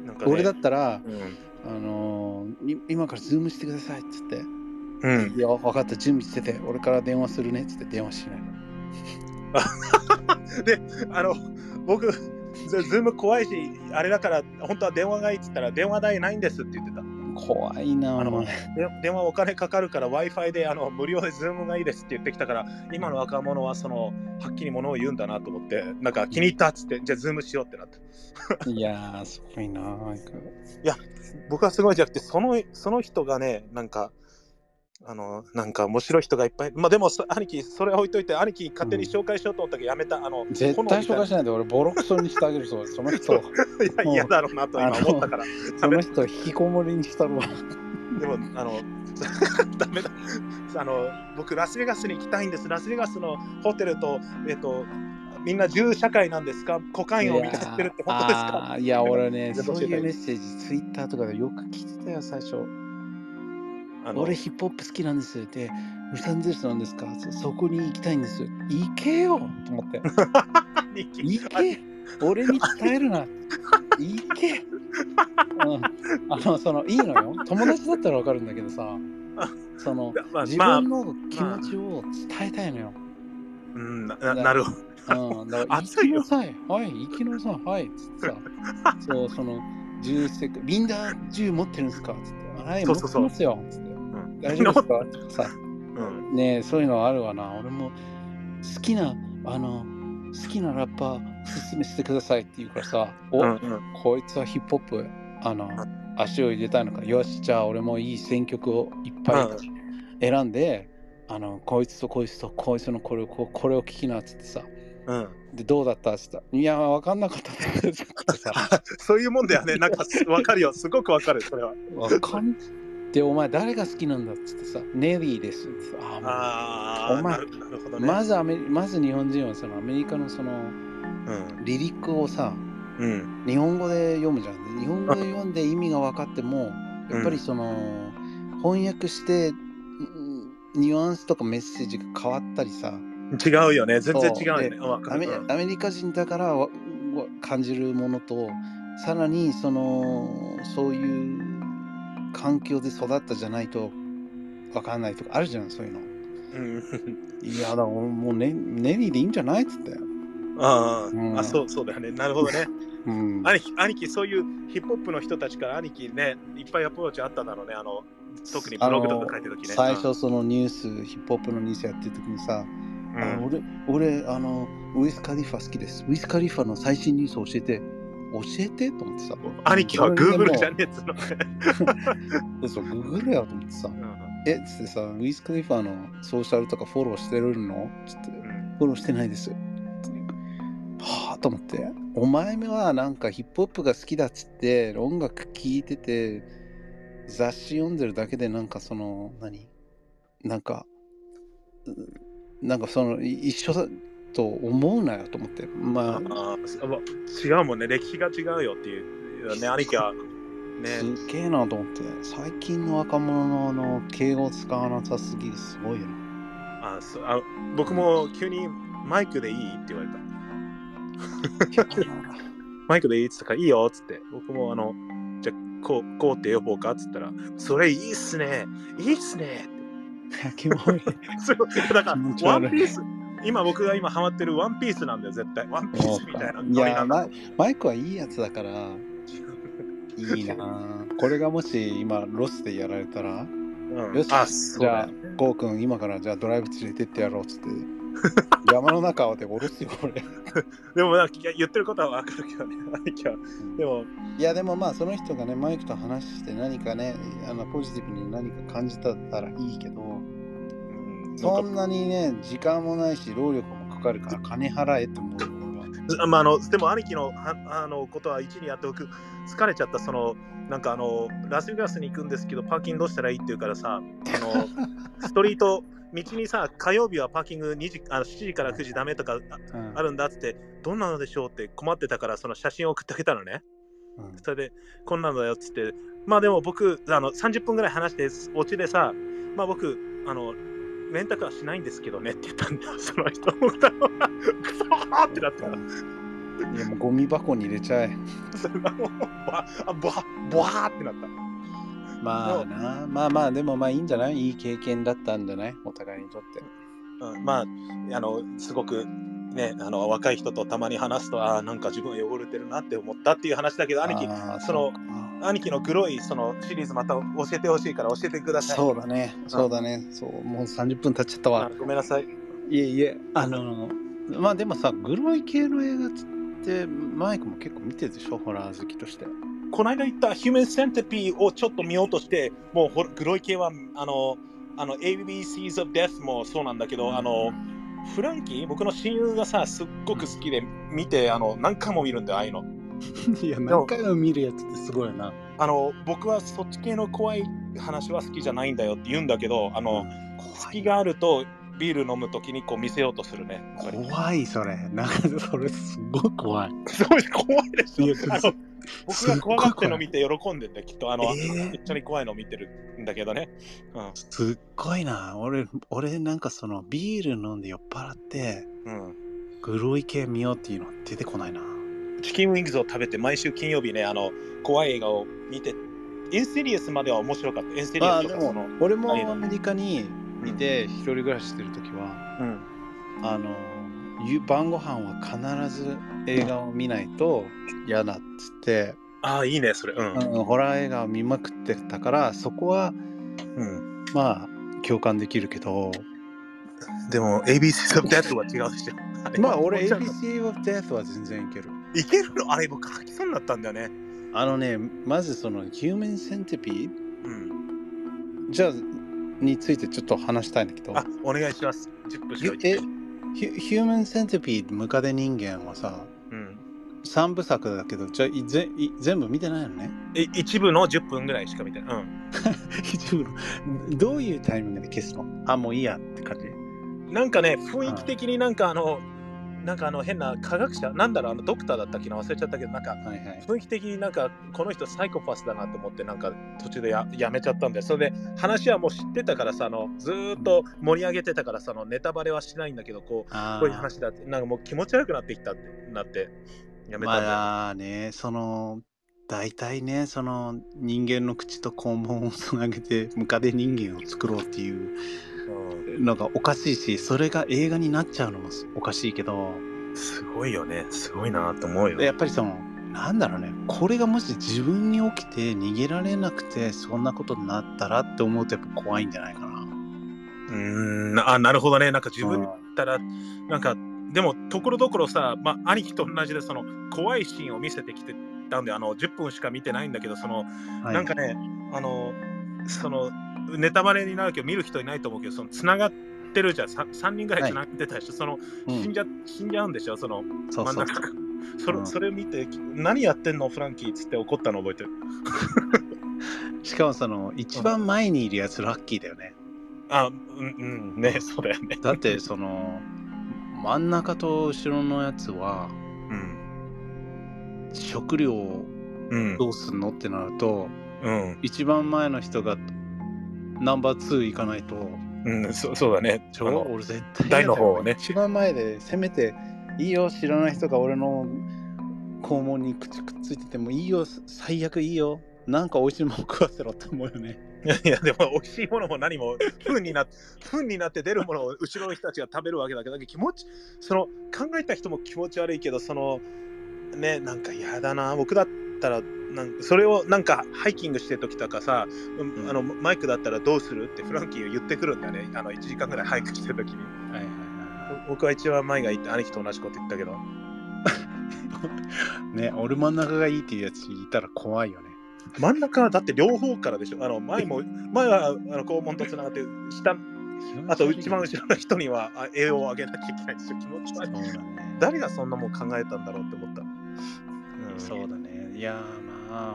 S2: なんかね
S1: 俺だったら
S2: うん。
S1: あのーい今からズームしてくださいっつって「
S2: うん。
S1: いや分かった準備してて俺から電話するね」っつって電話しない
S2: あの、僕、ズズーム怖いし、あれだから、本当は電話がいいって言ったら、電話代ないんですって言ってた。
S1: 怖いな
S2: あ
S1: あ
S2: の
S1: の
S2: で電話お金かかるから Wi-Fi であの無料で Zoom がいいですって言ってきたから今の若者はそのはっきりものを言うんだなと思ってなんか気に入ったっつってじゃあ Zoom しようってなった
S1: いやーすごいなマイク
S2: 僕はすごいじゃなくてそのその人がねなんかあのなんか面白い人がいっぱいまあでもそ兄貴それは置いといて兄貴勝手に紹介しようと思ったけどやめた、あの
S1: 絶対紹介しないで俺ボロクソにしてあげる [LAUGHS] ぞその人
S2: 介いや嫌だろうなと今思ったから
S1: その人引きこもりにしたろ
S2: でもあの [LAUGHS] ダメだあの僕ラスベガスに行きたいんですラスベガスのホテルとえっとみんな銃社会なんですかコカインを見かってるって本当ですか
S1: あーいや俺ね
S2: [LAUGHS] 教えて
S1: そういうメッセージツイッターとかでよく聞いてたよ最初
S2: あの [LAUGHS]
S1: 俺ヒップホップ好きなんですってロサンゼルスなんですかそそこに行きたいんです行けよと思って
S2: 兄貴
S1: 行
S2: [LAUGHS]
S1: け俺に伝えるな行け、うん、あのそのいいのよ友達だったらわかるんだけどさその
S2: まあ
S1: 自
S2: まあ
S1: 分の気持ちを伝えたいのよ、
S2: うんなななるほど
S1: うん、だから
S2: [LAUGHS] 熱
S1: 行き
S2: いよ
S1: なさいはい行きなさいはいつってさ
S2: [LAUGHS]
S1: そうその銃せみんな銃持ってるんですかつってはい
S2: そ
S1: 持
S2: う
S1: っ
S2: そう
S1: て
S2: そう
S1: ますよつって
S2: ん
S1: 大丈夫ですかつってさ
S2: うん
S1: ねえそういうのあるわな俺も好きなあの好きなラッパー勧めしてくださいって言うからさお、
S2: うんうん
S1: こいつはヒップホップあの足を入れたいのかよしじゃあ俺もいい選曲をいっぱい
S2: うん
S1: 選んで、あのこいつとこいつとこいつのこれをここれを聞きなっつってさ
S2: うん
S1: でどうだったっつったらいや分かんなかったって [LAUGHS] 言ってさ
S2: そういうもんだよねなんかすわかるよすごくわかるそれは
S1: 分かんでお前誰が好きなんだっつってさネビーですってさあーもう
S2: ああ
S1: お前
S2: なるなるほどね
S1: まずアメリまず日本人はそのアメリカのその
S2: うん
S1: リリックをさ
S2: うん
S1: 日本語で読むじゃん日本語で読んで意味が分かってもやっぱりその、翻訳してうんニュアンスとかメッセージが変わったりさ
S2: 違うよね全然違うよね
S1: そうで
S2: わか
S1: アメ
S2: るうん
S1: アメリカ人だからわわ感じるものとさらにそのそういう環境で育ったじゃないと分かんないとかあるじゃんそういうの。
S2: うん
S1: いやだから俺もうねネリーでいいんじゃないっつって。
S2: あ
S1: うん
S2: ーあそうそうだよねなるほどね
S1: うん
S2: 兄貴、兄貴そういうヒップホップの人たちから兄貴ね、いっぱいアプローチあっただろうね、あの、特にブログとか書いてる時ね。
S1: あの最初そのニュースヒップホップのニュースやってる時にさ、
S2: うん、
S1: あ俺俺あのウィス・カリファ好きですウィス・カリファの最新ニュース教えて教えてと思ってさ
S2: 兄貴は Google じゃ
S1: ん
S2: ねえっつうの。
S1: そうググれよと思ってさえっつってさウィス・カリファのソーシャルとかフォローしてるのつって
S2: うん
S1: フォローしてないですはあと思ってお前はなんかヒップホップが好きだっつって音楽聴いてて雑誌読んでるだけでなんかその何なんかうなんかそのい一緒だと思うなよと思ってまあ
S2: あーもう違うもんね、歴史が違うよっていう。ね、兄貴は、ね、
S1: すげえなと思って最近の若者のあの敬語を使わなさすぎるすごいよな
S2: あそうあ僕も急にマイクでいいって言われた。
S1: [LAUGHS]
S2: マイクでいいっつったから、いいよっつって。僕もあの、じゃあこう、こうって呼ぼうかっつったら、それいいっすね、いいっすねって。
S1: キモい
S2: そうだか
S1: 気持ち
S2: ら、ワ
S1: 悪い
S2: ンピース、今僕が今ハマってるワンピースなんだよ、絶対。ワンピースみたいな。
S1: いや
S2: な
S1: ママイクはいいやつだからいいなあこれがもし今ロスでやられたら
S2: うん
S1: よし
S2: あ、そう
S1: じゃ
S2: だ
S1: あゴーくん今からじゃあドライブ連れてってやろうっつって山の中をでもおろすよ俺
S2: でもなんかいや言ってることは分かるけどね、 [LAUGHS] 兄貴は。でも、
S1: いやでもまあその人がねマイクと話して何かねあのポジティブに何か感じたらいいけど
S2: うん
S1: そ
S2: なんん
S1: なにね時間もないし労力もかかるから金払えって思う俺は
S2: かまあ、あのでも兄貴のはあのことは一にやっておく、疲れちゃった、その、なんかあの、ラスベガスに行くんですけど、パーキングどうしたらいいって言うからさ、あ
S1: [LAUGHS]
S2: のストリート、道にさ、火曜日はパーキング2時あの7時から9時ダメとかあ
S1: うん
S2: あるんだっつって、どんなのでしょうって困ってたから、その写真を送ってあげたのね。
S1: うん
S2: それで、こんなのだよっつって、まあでも僕、あの30分ぐらい話して、オチでさ、まあ僕、あの、レンタカーしないんですけどねって言ったんだよ、 [LAUGHS] その人。クソーってなったから。
S1: いやもうゴミ箱に入れちゃえ
S2: それがもう、ば、あぼわ、ぼわーってなった。
S1: まあなまあまあでもまあいいんじゃないいい経験だったんじゃないお互いにとって
S2: うん、まあ、あの、すごく、ね、あの、若い人とたまに話すと、ああ、なんか自分汚れてるなって思ったっていう話だけど、兄貴、
S1: あー
S2: その
S1: うか
S2: 兄貴の黒いそのシリーズまた教えてほしいから教えてください。
S1: そうだねそうだねそうもう30分経っちゃったわ
S2: あごめんなさい。
S1: いえいえあのまあでもさグロい系の映画ってマイクも結構見てるでしょホラー好きとして
S2: この間言ったヒューマンセンテピーをちょっと見ようとして、もうほらグロい系は、あの、あの、ABCs of Death もそうなんだけど、あの、フランキー、僕の親友がさ、すっごく好きで見て、あの、何回も見るんだよ、ああいうの。
S1: [LAUGHS] いや
S2: 何
S1: 回も見るやつってすごいな
S2: あの、僕はそっち系の怖い話は好きじゃないんだよって言うんだけど、あの、隙があるとビール飲むときにこう見せようとするね。やっぱり
S1: 怖いそれなんかそれすごい怖い
S2: すごい怖いでしょ
S1: いや。
S2: あの僕が怖がってるの見て喜んでて、きっと、あの、
S1: えー
S2: 一緒に怖いの見てるんだけどね。う
S1: すっごいな俺俺なんかそのビール飲んで酔っ払って
S2: ん。うん
S1: グロい系見ようっていうのは出てこないな
S2: チキンウィングズを食べて毎週金曜日ねあの怖い映画を見てインセリアスまでは面白かったインセリア
S1: あ
S2: ス
S1: で
S2: とかそ
S1: も
S2: の
S1: 俺
S2: も
S1: も
S2: ア
S1: ア
S2: メ
S1: メリカにいて一人暮らししてる時は
S2: うん
S1: あの夕晩ご飯は必ず映画を見ないと嫌だっつって、
S2: ああいいねそれうん
S1: うんホラー映画を見まくってたからそこは
S2: うん
S1: まあ共感できるけど
S2: でも ABC of Death は違うでしょあ
S1: [LAUGHS]
S2: れ
S1: まあ俺
S2: [LAUGHS] もうちょっと
S1: ABC of Death は全然いける
S2: いけるのあれ僕書きそうになったんだよね
S1: あのねまずその Human Centipede
S2: うん
S1: じゃあについてちょっと話したいんだけど
S2: あお願いします10分しか
S1: えヒュヒューマンセンティピームカデ人間はさ
S2: うん
S1: 3部作だけどじゃあいぜい全部見てないのね [LAUGHS]
S2: え一部の10分ぐらいしか見てないうん
S1: 一部のどういうタイミングで消すのあもういいやって感じ
S2: なんかね雰囲気的になんかあのなんかあの変な科学者なんだろうあのドクターだったっけな忘れちゃったけどなんか
S1: はいはい
S2: 雰囲気的になんかこの人サイコパスだなと思ってなんか途中でややめちゃったんでそれで話はもう知ってたからさあのずーっと盛り上げてたからさあのネタバレはしないんだけどこう
S1: あ
S2: こういう話だってなんかもう気持ち悪くなってきたってなってやめたんだよ、
S1: まあねその大体ねその人間の口と肛門をつなげてムカデ人間を作ろうっていう
S2: う
S1: のがおかしいしそれが映画になっちゃうのもおかしいけど
S2: んすごいよねすごいなと思うよ
S1: やっぱりそのなんだろうねこれがもし自分に起きて逃げられなくてそんなことになったらって思うとやっぱ怖いんじゃないかな。
S2: うーんあなるほどねなんか自分だったらなんかでもところどころさ、まあ、兄貴と同じでその怖いシーンを見せてきてたんであの10分しか見てないんだけどその
S1: はい
S2: なんかね、あの、その、ネタバレになるけど、見る人いないと思うけど、その、つながってるじゃん、3, 人ぐらいつながってたでしょ、その、
S1: う
S2: 死ん
S1: ん、
S2: じゃ、死んじゃうんでしょ、その、
S1: そう
S2: 真ん
S1: そう
S2: 中が。 [LAUGHS] それ、
S1: うん
S2: それ見て、何やってんの、フランキーっつって怒ったの覚えてる。
S1: しかもその一番前にいるやつラッキーだよね。
S2: あ、うん、うん、ね、そうだよね。
S1: だって、その真ん中と後ろのやつは
S2: うん、
S1: 食料を
S2: うん、
S1: どうすんのってなると
S2: うん、
S1: 一番前の人がナンバー2行かないと
S2: うん、そそうだね。
S1: ち
S2: あ
S1: ょ
S2: の
S1: 俺絶対
S2: 台の方をね
S1: 一番前でせめていいよ知らない人が俺の肛門に口くっついててもいいよ最悪いいよなんか美味しいもん食わせろって思うよね
S2: いやいや、でも、美味しいものも何も、糞になって、糞になって出るものを後ろの人たちが食べるわけだけど、だけど気持ち、その、考えた人も気持ち悪いけど、その、ね、なんか嫌だな、僕だったら、なんそれをなんかハイキングしてる時とかさ、うん
S1: うん
S2: あのマイクだったらどうするってフランキーが言ってくるんだよね、あの1時間ぐらいハイクしてる時に。
S1: はいはいはい
S2: 僕は一番前がいいって兄貴と同じこと言ったけど。
S1: ね、俺真ん中がいいっていうやついたら怖いよね。
S2: 真ん中はだって両方からでしょ。あの前も前はあの肛門とつながって下あと一番後ろの人にはあ栄養をあげなきゃいけないですよ。気持ち悪い。
S1: そうだね。
S2: 誰がそんなもん考えたんだろうって思った。うん
S1: そうだね。いやーまあ、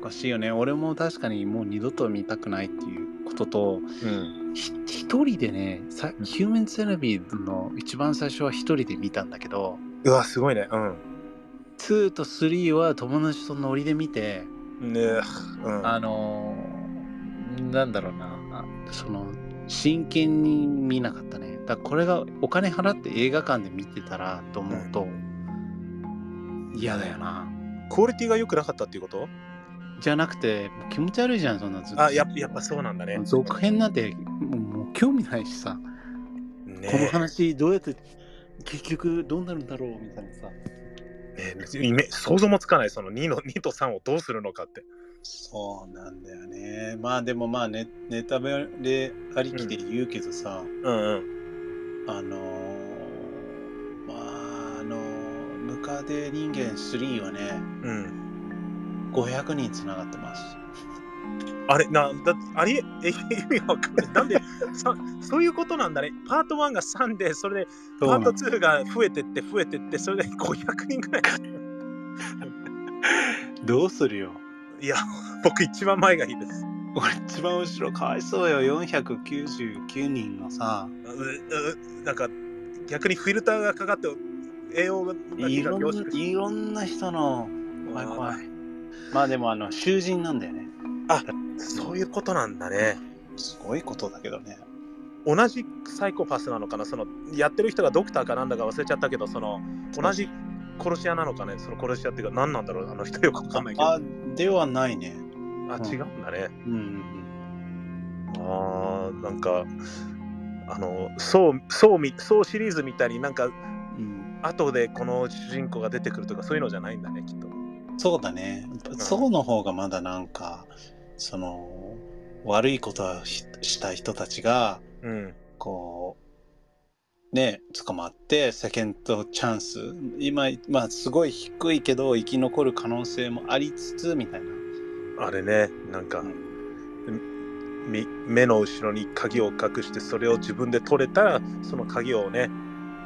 S1: おかしいよね。俺も確かにもう二度と見たくないっていうことと、
S2: うん。
S1: ひ一人でね、さヒューマンセラビーの一番最初は一人で見たんだけど、
S2: うわ、すごいね。うん。
S1: 2と3は友達とノリで見て、
S2: ねえ。うん。
S1: あのーなんだろうな、その、真剣に見なかったね。だからこれがお金払って映画館で見てたらと思うと、嫌だよな。
S2: クオリティが良くなかったっていうこと
S1: じゃなくて、もう気持ち悪いじゃん、そんなずっと。
S2: あやっぱ、やっぱそうなんだね。
S1: 続編なんてもうもう興味ないしさ、
S2: ね
S1: この話どうやって結局どうなるんだろうみたいなさ
S2: ねイメ想像もつかない、その2の2と3をどうするのかって。
S1: そうなんだよねまあでもまあネネタバレありきで言うけどさ、
S2: うんうん。
S1: あのーまああのームカデ人間3はね
S2: うん、
S1: 500人つながってます
S2: あれ、な、だあれ、え意味わかんない。なんで [LAUGHS] さ、そういうことなんだね。パート1が3で、それでパート2が増えてって、増えてって、それで500人ぐらい。
S1: どうするよ
S2: いや、 [LAUGHS] 僕一番前がいいです。
S1: 俺一番後ろかわいそうよ499人のさ
S2: ううなんか、逆にフィルターがかかって、栄養が
S1: いろん
S2: 凝縮して
S1: いろんな人の怖い怖いまあでもあの囚人なんだよね
S2: そういうことなんだね。
S1: すごいことだけどね
S2: 同じサイコパスなのかなそのやってる人がドクターかなんだか忘れちゃったけどその同じ殺し屋なのかねその殺し屋っていうか何なんだろうあの人よくわかんないけどあ
S1: あではないね
S2: 違うんだね
S1: うん
S2: あーなんかあのそうそうみそうシリーズみたいになんか
S1: うんうん
S2: 後でこの主人公が出てくるとかそういうのじゃないんだねきっと
S1: そうだねそうの方がまだなんかその悪いことをしした人たちが
S2: うん
S1: こうね捕まってセケンドチャンス今まあすごい低いけど生き残る可能性もありつつみたいな
S2: あれねなんかみ目の後ろに鍵を隠してそれを自分で取れたらその鍵をね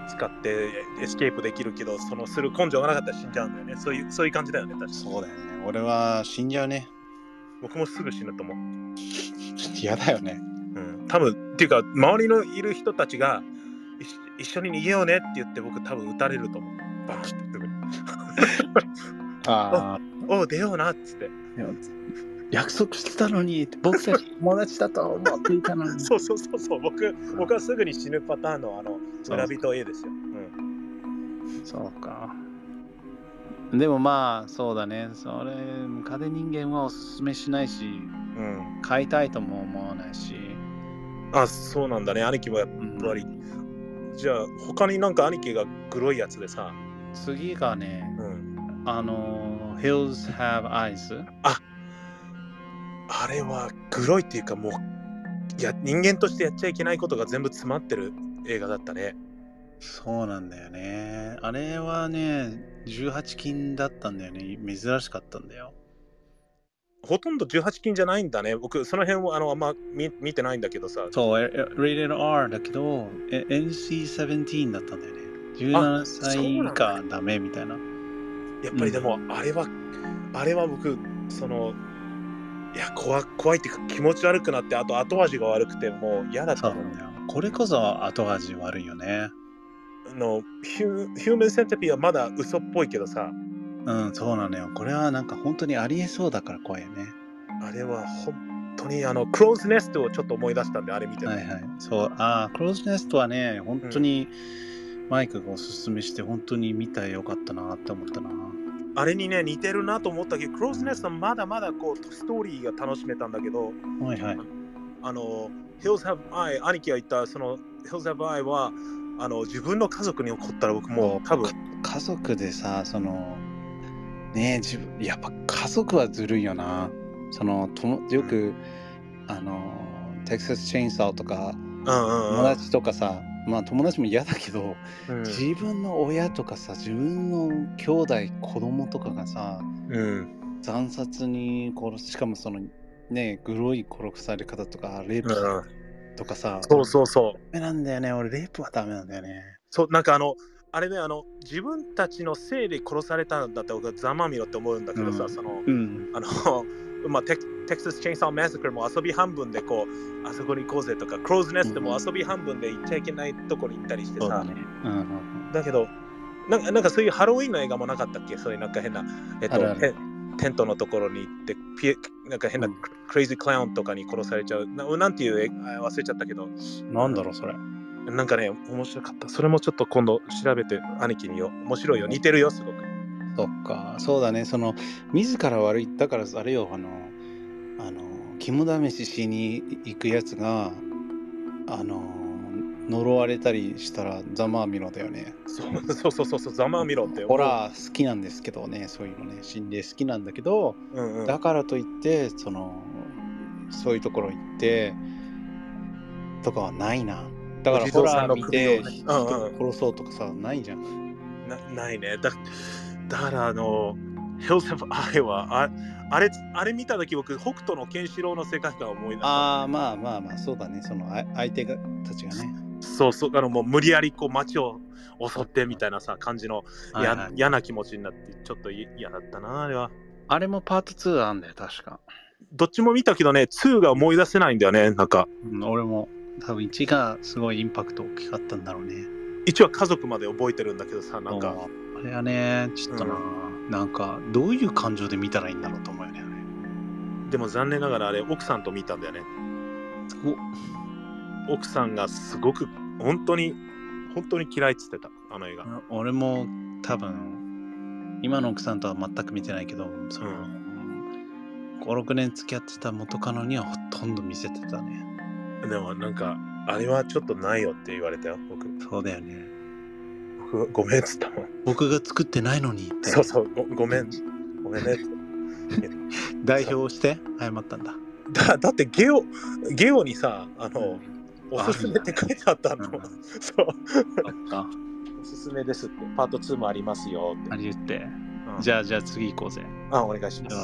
S2: 使ってエスケープできるけどそのする根性がなかったら死んじゃうんだよねそういうそういう感じだよね確か
S1: そうだよね俺は死んじゃうね
S2: 僕もすぐ死ぬと思う、
S1: ちょっと嫌だよね
S2: うん、多分っていうか周りのいる人たちが一緒一緒に逃げようねって言って僕多分撃たれると思うバーンってすぐに
S1: ああ
S2: おう出ようなっつって
S1: 約束してたのに僕たち友達だと思っていた [LAUGHS] のに
S2: そうそうそうそう僕僕はすぐに死ぬパターンのあの
S1: そう
S2: 村人 A ですよ、うん、
S1: そうか。でもまあそうだね。それ、ムカデ人間はおすすめしないし、
S2: うん、
S1: 買いたいとも思わないし。
S2: あそうなんだね兄貴はやっ
S1: うん
S2: ぱりじゃあ他になんか兄貴がグロいやつでさ、
S1: 次がね、
S2: うん、
S1: あの、Hills Have Eyes。
S2: あれはグロいっていうかもういや人間としてやっちゃいけないことが全部詰まってる映画だったね
S1: そうなんだよね。あれはね、18禁だったんだよね。珍しかったんだよ。
S2: ほとんど18禁じゃないんだね僕その辺をあのあんま見見てないんだけどさ
S1: そう、ええ Rated R だけど、え NC17 だったんだよね。17歳以下ダメみたいな。
S2: やっぱりでもあれは、あれは僕そのいや怖怖いっていうか気持ち悪くなってあと後味が悪くてもう嫌だっ
S1: そ
S2: た
S1: うな
S2: の
S1: んだよ。これこそ後味悪いよね。
S2: あのヒューヒューマンセンテピーはまだ嘘っぽいけどさ
S1: うん、そうなのよ。これはなんか本当にありえそうだから怖いよね。
S2: あれは本当にあのクローズネストをちょっと思い出したんであれ見て、
S1: はいはい。そう、ああ、クローズネストはね、本当にマイクがおすすめして、本当に見たらよかったなって思ったな。
S2: あれにね似てるなと思ったけどクローズネストはまだまだこうストーリーが楽しめたんだけど
S1: はいはい。
S2: あの Hills Have I 兄貴が言ったその Hills Have I はあの自分の家族に起こったら僕もう多分
S1: 家族でさ、その、ねえ、自分、やっぱ家族はずるいよな。その、ともよく、あの、テキサス・チェーンサーとか、
S2: うんうん
S1: 友
S2: うん
S1: 達とかさ、
S3: まあ友達も嫌だけど、
S2: うん
S3: 自分の親とかさ自分の兄弟子供とかがさ
S2: うん
S3: 惨殺に殺すしかもそのねグロい殺され方とかレイプ
S2: うん
S3: とかさ、
S2: そうそうそう
S3: ダメなんだよね俺レイプはダメなんだよね
S2: そうなんかあのあれねあの自分たちのせいで殺されたんだったら俺はざまみろって思うんだけどさ、
S3: うん
S2: その
S3: うん
S2: あの、 [LAUGHS] まあ、テテキサス・チェーンソー・マスクルも遊び半分でこうあそこに行こうぜとかクローズネストも遊び半分で行っちゃいけないとこに行ったりして
S3: そう
S2: さ
S3: だねうんうん
S2: だけどなんかなんかそういうハロウィンの映画もなかったっけそういうなんか変な、えっと、
S3: あるある
S2: テテントのところに行ってピエなんか変な
S3: うん
S2: ククレイジークラウンとかに殺されちゃう、ななんていう映画あ忘れちゃったけど
S3: うんなんだろうそれ
S2: なんかね面白かったそれもちょっと今度調べて兄貴によ面白いよ似てるよすごく
S3: そっかそうだねその自ら悪いだからあれよあのあの肝試ししに行くやつがあの呪われたりしたらざまあみろだよね
S2: そうそうそうそうそうざまあみろって
S3: ホラー好きなんですけどねそういうのね心霊好きなんだけど、
S2: うんうん
S3: だからといってそのそういうところ行ってとかはないなだから
S2: お地
S3: ホ
S2: 蔵さ
S3: ラ
S2: ん
S3: ー
S2: の
S3: 見て
S2: 首
S3: 人
S2: をね
S3: を殺そうとかさないじゃん
S2: なないねだだからあの「Hills of Eye は」ああれあれ見た時僕北斗のケンシロウの世界観を思い出した
S3: ああまあまあまあそうだねそのあ相手がたちがね
S2: そうそうあのもう無理やりこう街を襲ってみたいなさ感じの
S1: はい
S2: や
S1: はい
S2: 嫌な気持ちになってちょっとい嫌だったなあれは
S1: あれもパート2あんだよ、確か。
S2: どっちも見たけどね2が思い出せないんだよねなんか
S1: うん俺も、多分1がすごいインパクト大きかったんだろうね。
S2: 1は家族まで覚えてるんだけどさなんか
S1: あれはね、ちょっとな、なんか、どういう感情で見たらいいんだろうと思うよね、あれ
S2: でも残念ながらあれ奥さんと見たんだよね
S1: すごっ
S2: 奥さんがすごく本当に本当に嫌いっつってたあの映画
S1: 俺も多分、今の奥さんとは全く見てないけど、その、
S2: う
S1: 5、6年付き合ってた元カノにはほとんど見せてたね。
S2: でもなんかあれはちょっとないよって言われたよ僕
S1: そうだよね。
S2: 僕ごめんっつったもん
S1: 僕が作ってないのにって
S2: そうそうごごめんごめんねって
S1: 代表して謝ったんだ。
S2: だだってゲオゲオにさあのお
S1: あ
S2: すすめって書いてあったの
S1: うんうん
S2: そう
S1: そっか。
S2: おすすめですってパート2もありますよって、
S1: あれ言って。
S2: うん
S1: じゃあ、じゃあ次行こうぜ。
S2: あお願いします、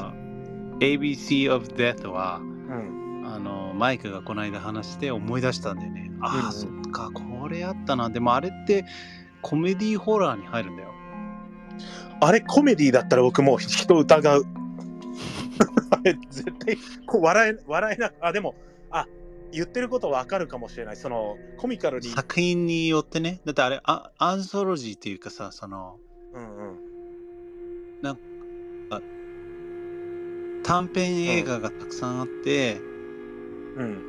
S1: ABC of Death は
S2: うん
S1: あのマイクがこの間話して思い出したんだよね。ああ、そっかこれあったな。でもあれってコメディホラーに入るんだよ。
S2: あれコメディだったら僕もう人疑う [LAUGHS] あれ絶対こう笑え笑えなあでもあ言ってることわかるかもしれないそのコミカルに、
S1: 作品によってね。だってあれあアンソロジーっていうかさその
S2: うんうん、
S1: 短編映画がたくさんあって、
S2: うん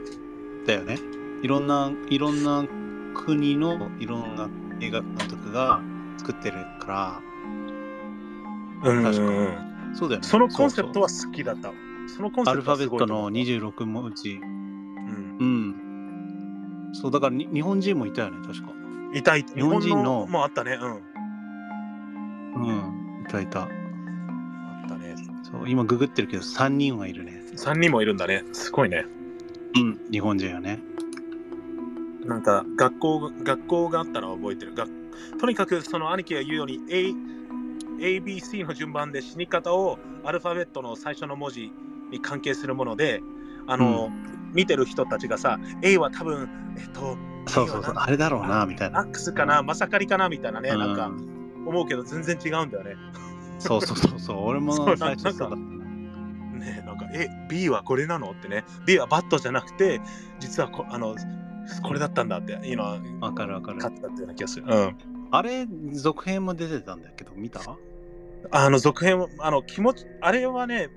S1: だよね。いろんないろんな国のいろんな映画監督が作ってるか
S2: うん
S1: 確か
S2: うんうん
S1: らそうだよね。
S2: そのコンセプト
S1: は
S2: は好きだった。そのコンセ
S1: ア
S2: プ
S1: ル
S2: ト
S1: フ
S2: は
S1: ァベ
S2: すご
S1: ット
S2: いと思
S1: の
S2: う。
S1: 26文字
S2: うん
S1: うん。そう、だからに日本人もいたよね、確か。
S2: いたいた。
S1: 日本人の
S2: 日本もあったね。うん。
S1: うん。いたいた。
S2: あったね。
S1: そう、今ググってるけど、3人はいるね。
S2: 3人もいるんだね。すごいね。
S1: うん。日本人はね。
S2: なんか学校学校があったのは覚えてる。がとにかくその兄貴が言うように A ABC の順番で死に方をアルファベットの最初の文字に関係するもので、あの、
S1: う
S2: 見てる人たちがさ A は多分えっと
S1: そうそうそう、あれだろうな、みたい
S2: ア
S1: な。
S2: ックスかなマサカリかなみたいなね、なんか
S1: う
S2: 思うけど全然違うんだよね。
S1: そうそうそう
S2: [LAUGHS]
S1: そう、俺も
S2: そう
S1: 最初そ
S2: な
S1: うんだった
S2: か
S1: な。
S2: ねなんか「え B はこれなの?」ってね B はバットじゃなくて実はこあのこれだったんだっていうのは
S1: わかるわかる。
S2: 勝ったっていうような気がする、うん、
S1: あれ、続編も出てたんだけど、見た
S2: あの続編あの気持ちあれはね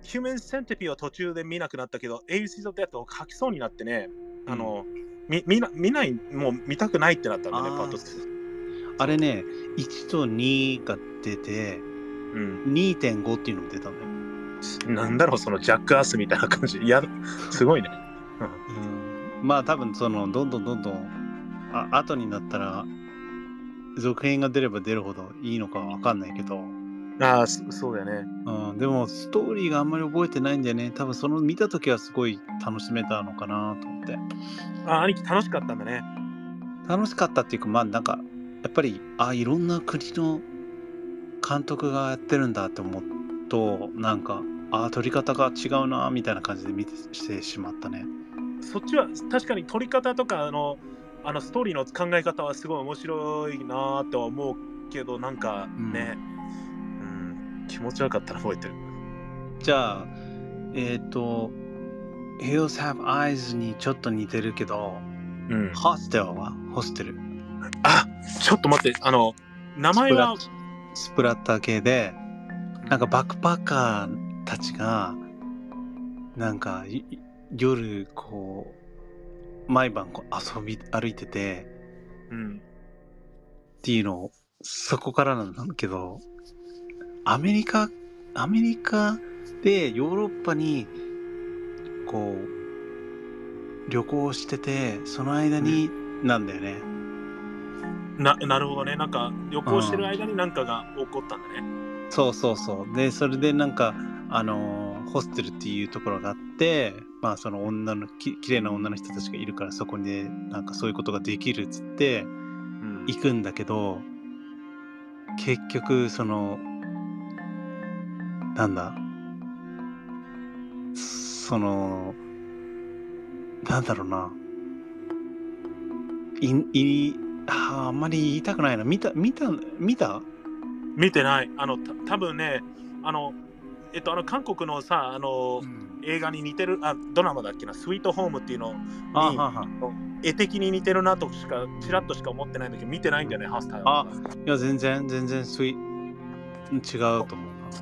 S2: ヒューマンセンティピーは途中で見なくなったけど AUCs デッドを書きそうになってねあの、み見な見ないもう見たくないってなったんだね
S1: あー
S2: パート2、
S1: あれね、1と2が出て、
S2: うん
S1: 2.5っていうのも出たんだよ。
S2: なんだろうそのジャックアースみたいな感じいやすごいね
S1: うんまあ多分そのどんどんどんどんあ後になったら続編が出れば出るほどいいのかは分かんないけど、
S2: ああそそうだよね
S1: うん、でもストーリーがあんまり覚えてないんだよね多分その見た時はすごい楽しめたのかなと思って
S2: あ兄貴楽しかったんだね
S1: 楽しかったっていうかまあなんかやっぱりあいろんな国の監督がやってるんだって思うとなんかあ撮り方が違うなみたいな感じで見てしてしまったね。
S2: そっちは確かに撮り方とかあのあのストーリーの考え方はすごい面白いなとは思うけどなんかね、うん気持ちよかったら覚えてる。
S1: じゃあえっ、と「Hills Have Eyes」にちょっと似てるけど
S2: うん
S1: 「ホステル」はホステル
S2: あちょっと待ってあの名前は
S1: スプラッター系でなんかバックパッカーたちがなんかいい夜こう毎晩こう遊び歩いてて
S2: うん
S1: っていうのをそこからなんだけどアメリカアメリカでヨーロッパにこう旅行しててその間になんだよね、
S2: ななるほどねなんか旅行してる間に何かが起こったんだね。
S1: そうそうそう。で、それでなんか、あのーホステルっていうところがあって、まあその女の、き綺麗な女の人たちがいるから、そこでなんかそういうことができるっつって
S2: うん
S1: 行くんだけど、結局、その、なんだ、その、なんだろうな、い、い、あーあんまり言いたくないな。見た、見た、見た
S2: 見てないあのた多分ねあのえっとあの韓国のさあの、映画に似てるあドラマだっけな「スイートホーム」っていうの
S1: あ
S2: に
S1: はは。
S2: 絵的に似てるなとしかちらっとしか思ってないんだけど見てないんだよね、ハウスタイは。
S1: いや、全然、全然、すい、違うと思うな。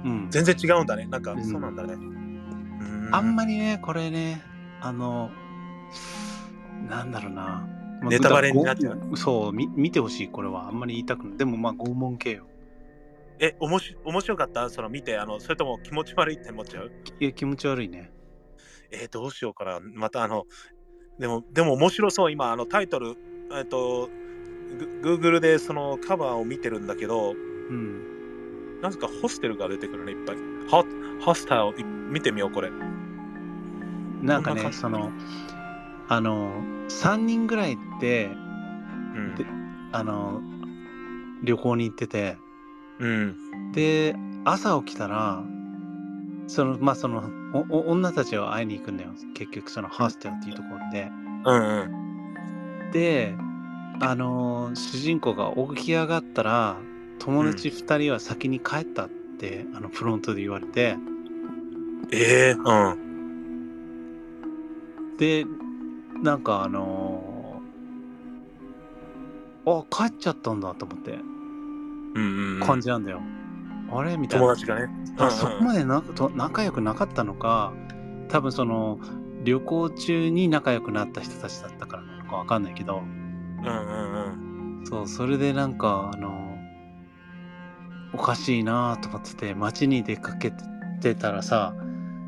S1: うん。
S2: 全然違うんだねなんか、
S1: うん
S2: そうなんだね。
S1: あんま
S2: り
S1: りね、これね、あの、なんだろうな。まあ
S2: ネタバレになっちゃう。
S1: ごそう、み見てほしい、これは。あんまり言いたくない。でも、まあ、拷問系よ。
S2: えおもし面白かったその見てあのそれとも気持ち悪いって思っちゃう
S1: いや、気持ち悪いね。
S2: えーどうしようかなまたあのでもでも面白そう今あのタイトルえっとグ Google でそのカバーを見てるんだけど
S1: うん。
S2: なぜかホステルが出てくるねいっぱいホホスターをい見てみようこれ
S1: なんか
S2: こんな
S1: ね、
S2: 感じ
S1: その、あの、3人ぐらいって、
S2: うん
S1: であの、旅行に行ってて、
S2: うん
S1: で朝起きたらそのまあそのおお女たちを会いに行くんだよ結局そのハーステルっていうところで
S2: うんうん
S1: であのー主人公が起き上がったら友達2人は先に帰ったって、あのフロントで言われて
S2: ええうん
S1: でなんかあのーあ帰っちゃったんだと思って
S2: うんうんうん
S1: 感じなんだよ、あれみたいな
S2: 友達がね
S1: あそこまでなと仲良くなかったのか多分その旅行中に仲良くなった人たちだったからなのかわかんないけど
S2: うんうんうん
S1: そうそれでなんかあのおかしいなと思ってて街に出かけてたらさ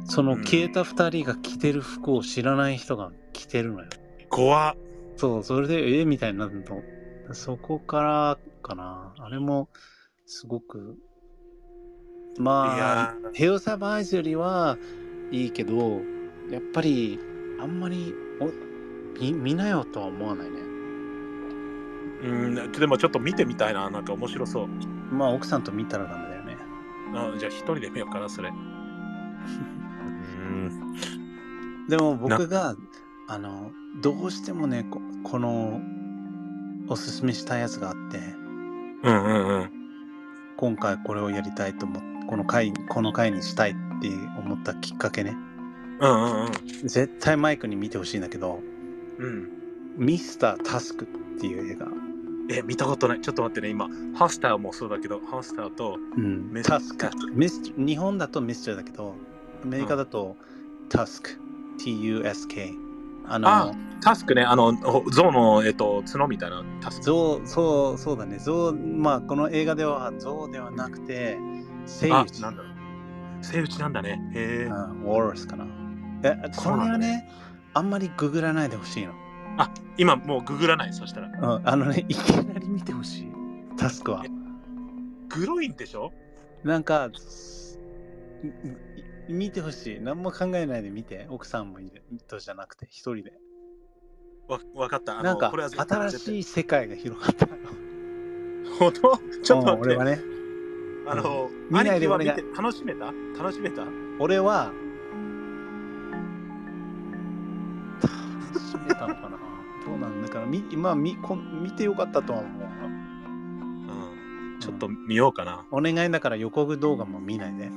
S1: その
S2: うん
S1: 消えた2人が着てる服を知らない人が着てるのよ。
S2: 怖っ
S1: そうそれでえみたいになるとそこからかなあれもすごく
S2: い
S1: まあ
S2: や
S1: ヘオサバイズよりはいいけどやっぱりあんまりお見見なよとは思わないね
S2: うんでもちょっと見てみたいななんか面白そう
S1: まあ奥さんと見たらダメだよね
S2: あじゃあ一人で見ようかなそれうん
S1: でも僕があのどうしてもねここのおすすめしたいやつがあって
S2: うんうんうん
S1: 今回これをやりたいと思ってこの回この回にしたいって思ったきっかけね
S2: うんうんうん
S1: 絶対マイクに見てほしいんだけど
S2: うん、
S1: 「ミスター・タスク」っていう映画、
S2: え見たことないちょっと待ってね今ハスターもそうだけどハスターと
S1: うん、
S2: ミス
S1: タスク
S2: タスク
S1: ミス日本だとミスターだけどアメリカだとタスク、TUSK あの
S2: あタスクねあのお象の、えっと、角みたいなタスク
S1: ゾウそうそうだねゾウまあこの映画ではゾウではなくてセイ
S2: あ
S1: ウチ
S2: なんだろうセイウチなんだねへえ
S1: うんウォールスかなえこ
S2: そう
S1: れ
S2: なん
S1: は
S2: だね
S1: ねあんまりググらないでほしいの、
S2: 今もうググらないそしたら
S1: うん、あのねいきなり見てほしいタスクは
S2: グロいんでしょ
S1: なんか、すいい見てほしい。何も考えないで見て。奥さんもいるとじゃなくて、一人で。
S2: わわかった。あの
S1: なんか
S2: これは絶対
S1: 新
S2: [LAUGHS]
S1: しい世界が広がったの。
S2: 本当 [LAUGHS] ちょっと
S1: うん
S2: 待っ
S1: 俺
S2: て、
S1: はね、
S2: あの、
S1: 見ない
S2: 兄貴
S1: で
S2: は
S1: お
S2: 見
S1: 願い
S2: て楽しめた楽しめた
S1: 俺は、閉めたのかな。どうなんだから、み今、みこ見てよかったとは思う。
S2: うん。ちょっ
S1: う
S2: と見ようかな。
S1: お願いだから予告動画も見ないで。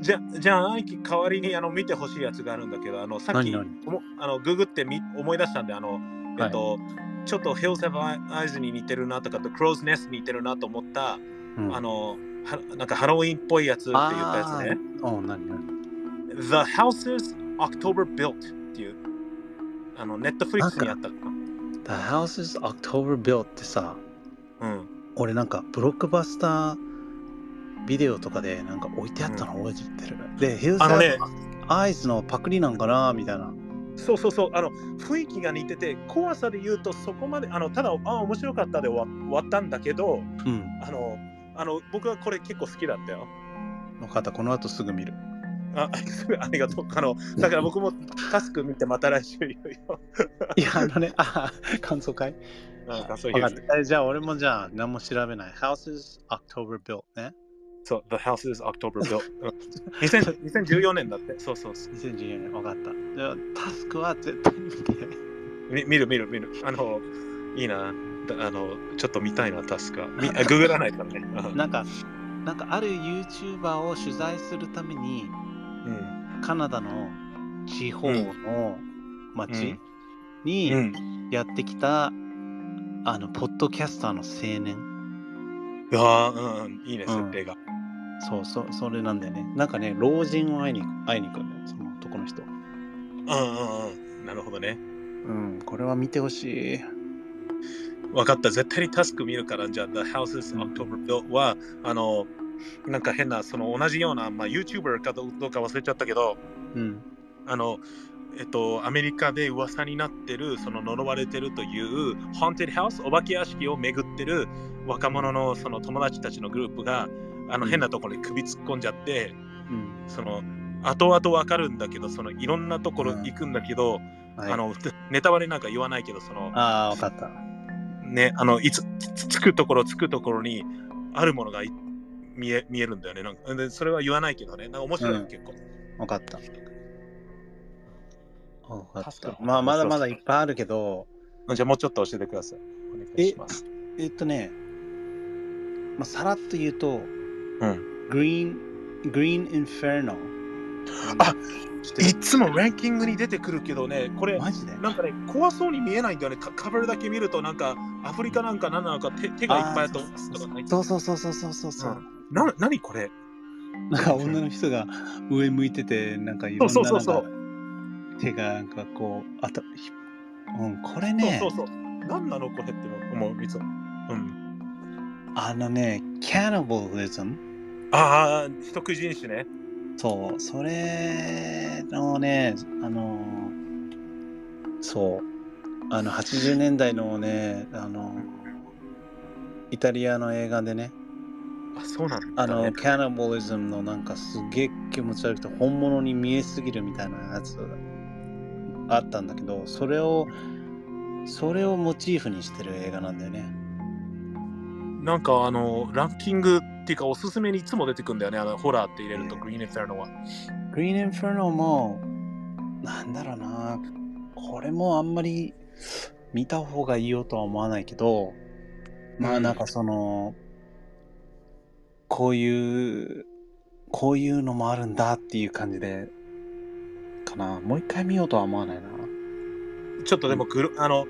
S2: じゃじゃあ、兄貴、代わりにあの見てほしいやつがあるんだけど、あのさっ
S1: 何
S2: き
S1: 何
S2: おもあのググってみ思い出したんで、あの、えっと、ちょっとヘルセブアイズに似てるなとかと、クローズネスに似てるなと思った、あの、はなんかハロウィンっぽいやつって言ったやつね。
S1: あーうん、何何
S2: The Houses October Built っていう、あの、ネットフリックスにあったか
S1: ?The House is October Built ってさ、
S2: な。うん。
S1: 俺なんかブロックバスタービデオとかでなんか置いてあったの覚えてる。で、ヒル
S2: あ
S1: サ
S2: のね
S1: ーアイスのパクリなんかなみたいな。
S2: そうそうそう、あの、雰囲気が似てて、怖さで言うと、そこまで、あの、ただ、あ、面白かったで終わ終わったんだけど、
S1: うん、
S2: あの、あの僕はこれ結構好きだったよ。
S1: 分かった、この後すぐ
S2: [LAUGHS]
S1: 見る。
S2: あありがとう。あのだから僕もタスク見てまた来週言うよ。
S1: いや、あのね、あー感想会
S2: なんかそうい
S1: 分かっ
S2: う。
S1: た。えじゃあ俺もじゃあ何も調べない。House is October Built ね。
S2: そう、The House is October
S1: [LAUGHS]
S2: Built うん。2000 2014年だって。そうそうそう
S1: 2014年、分かった。じゃあタスクは絶対見て。
S2: み見る見る見る。あの、いいな。だあの、ちょっと見たいな、タスクは。みあググらないから
S1: [LAUGHS]
S2: ね。うん
S1: なんか、なんかある YouTuber を取材するために、
S2: うん。
S1: カナダの地方の町に
S2: うん。
S1: やってきた、あのポッドキャスターの青年
S2: ああ、うん。いいね、
S1: うん
S2: 設定が。
S1: そうそうそれなんだよねなんかね老人を会いに会いに行くんだよその男の人
S2: うんうんうん。なるほどね。
S1: うんこれは見てほしい
S2: わかった。絶対にタスク見るから、じゃあ、The House is October Built は、あの、なんか変な、その同じような、まあ、YouTuber かどうか忘れちゃったけど、
S1: うん
S2: あの、えっと、アメリカで噂になってる、その呪われてるという、ハンテッドハウス、お化け屋敷を巡ってる若者のその友達たちのグループが、あの
S1: うん
S2: 変なところに首突っ込んじゃって、
S1: うん
S2: その、後々わかるんだけど、そのいろんなところ
S1: うん
S2: 行くんだけど、
S1: はい、
S2: あの、ネタバレなんか言わないけど、その、
S1: あーわかった
S2: ね、あの、いつ、つつくところつくところに、あるものがい見え、見えるんだよね。なんか、でそれは言わないけどね、なんか面白いよ、
S1: うん
S2: 結構。
S1: わかったわかっ
S2: タスク
S1: たまあまだまだ
S2: そう
S1: い
S2: そう
S1: っぱいあるけど
S2: じゃあもうちょっと教えてください。お願いします。
S1: えっとね、まあ、さらっと言うと、
S2: ん
S1: グリーングリーンインフェルノ
S2: あいつもランキングに出てくるけどね、これ、
S1: マジで
S2: なんかね、怖そうに見えないんだよね。かカバーだけ見ると、なんか、アフリカなんか何なのか手手がいっぱいあと
S1: そうそうそうそうそうそうそう、
S2: な何これ
S1: なんか女の人が上向いててなんかいろんな
S2: そうそうそうそ
S1: なんか手がなんかこうあとひうんこれね
S2: そうそうそう。何なのこれって思う、いつも。うん。
S1: あのねキャナボリズム
S2: ああ、人食い人種ね。
S1: そうそれのねあのそうあの80年代のねあのイタリアの映画でね
S2: あ、そうなんだ、
S1: あ
S2: ね。
S1: の、キャナボリズムのなんかすげえ気持ち悪くて本物に見えすぎるみたいなやつあったんだけど、それを、それをモチーフにしてる映画なんだよね。
S2: なんかあの、ランキングっていうか、おすすめにいつも出てくるんだよね。あのホラーって入れると、
S1: うん
S2: グリーンエフェルノは。
S1: グリーン・インフェルノも、なんだろうな、これもあんまり見た方がいいよとは思わないけど、まあなんかその、こういう、こういうのもあるんだっていう感じで、かな。もう一回見ようとは思わないな。
S2: ちょっとでもグル、あの、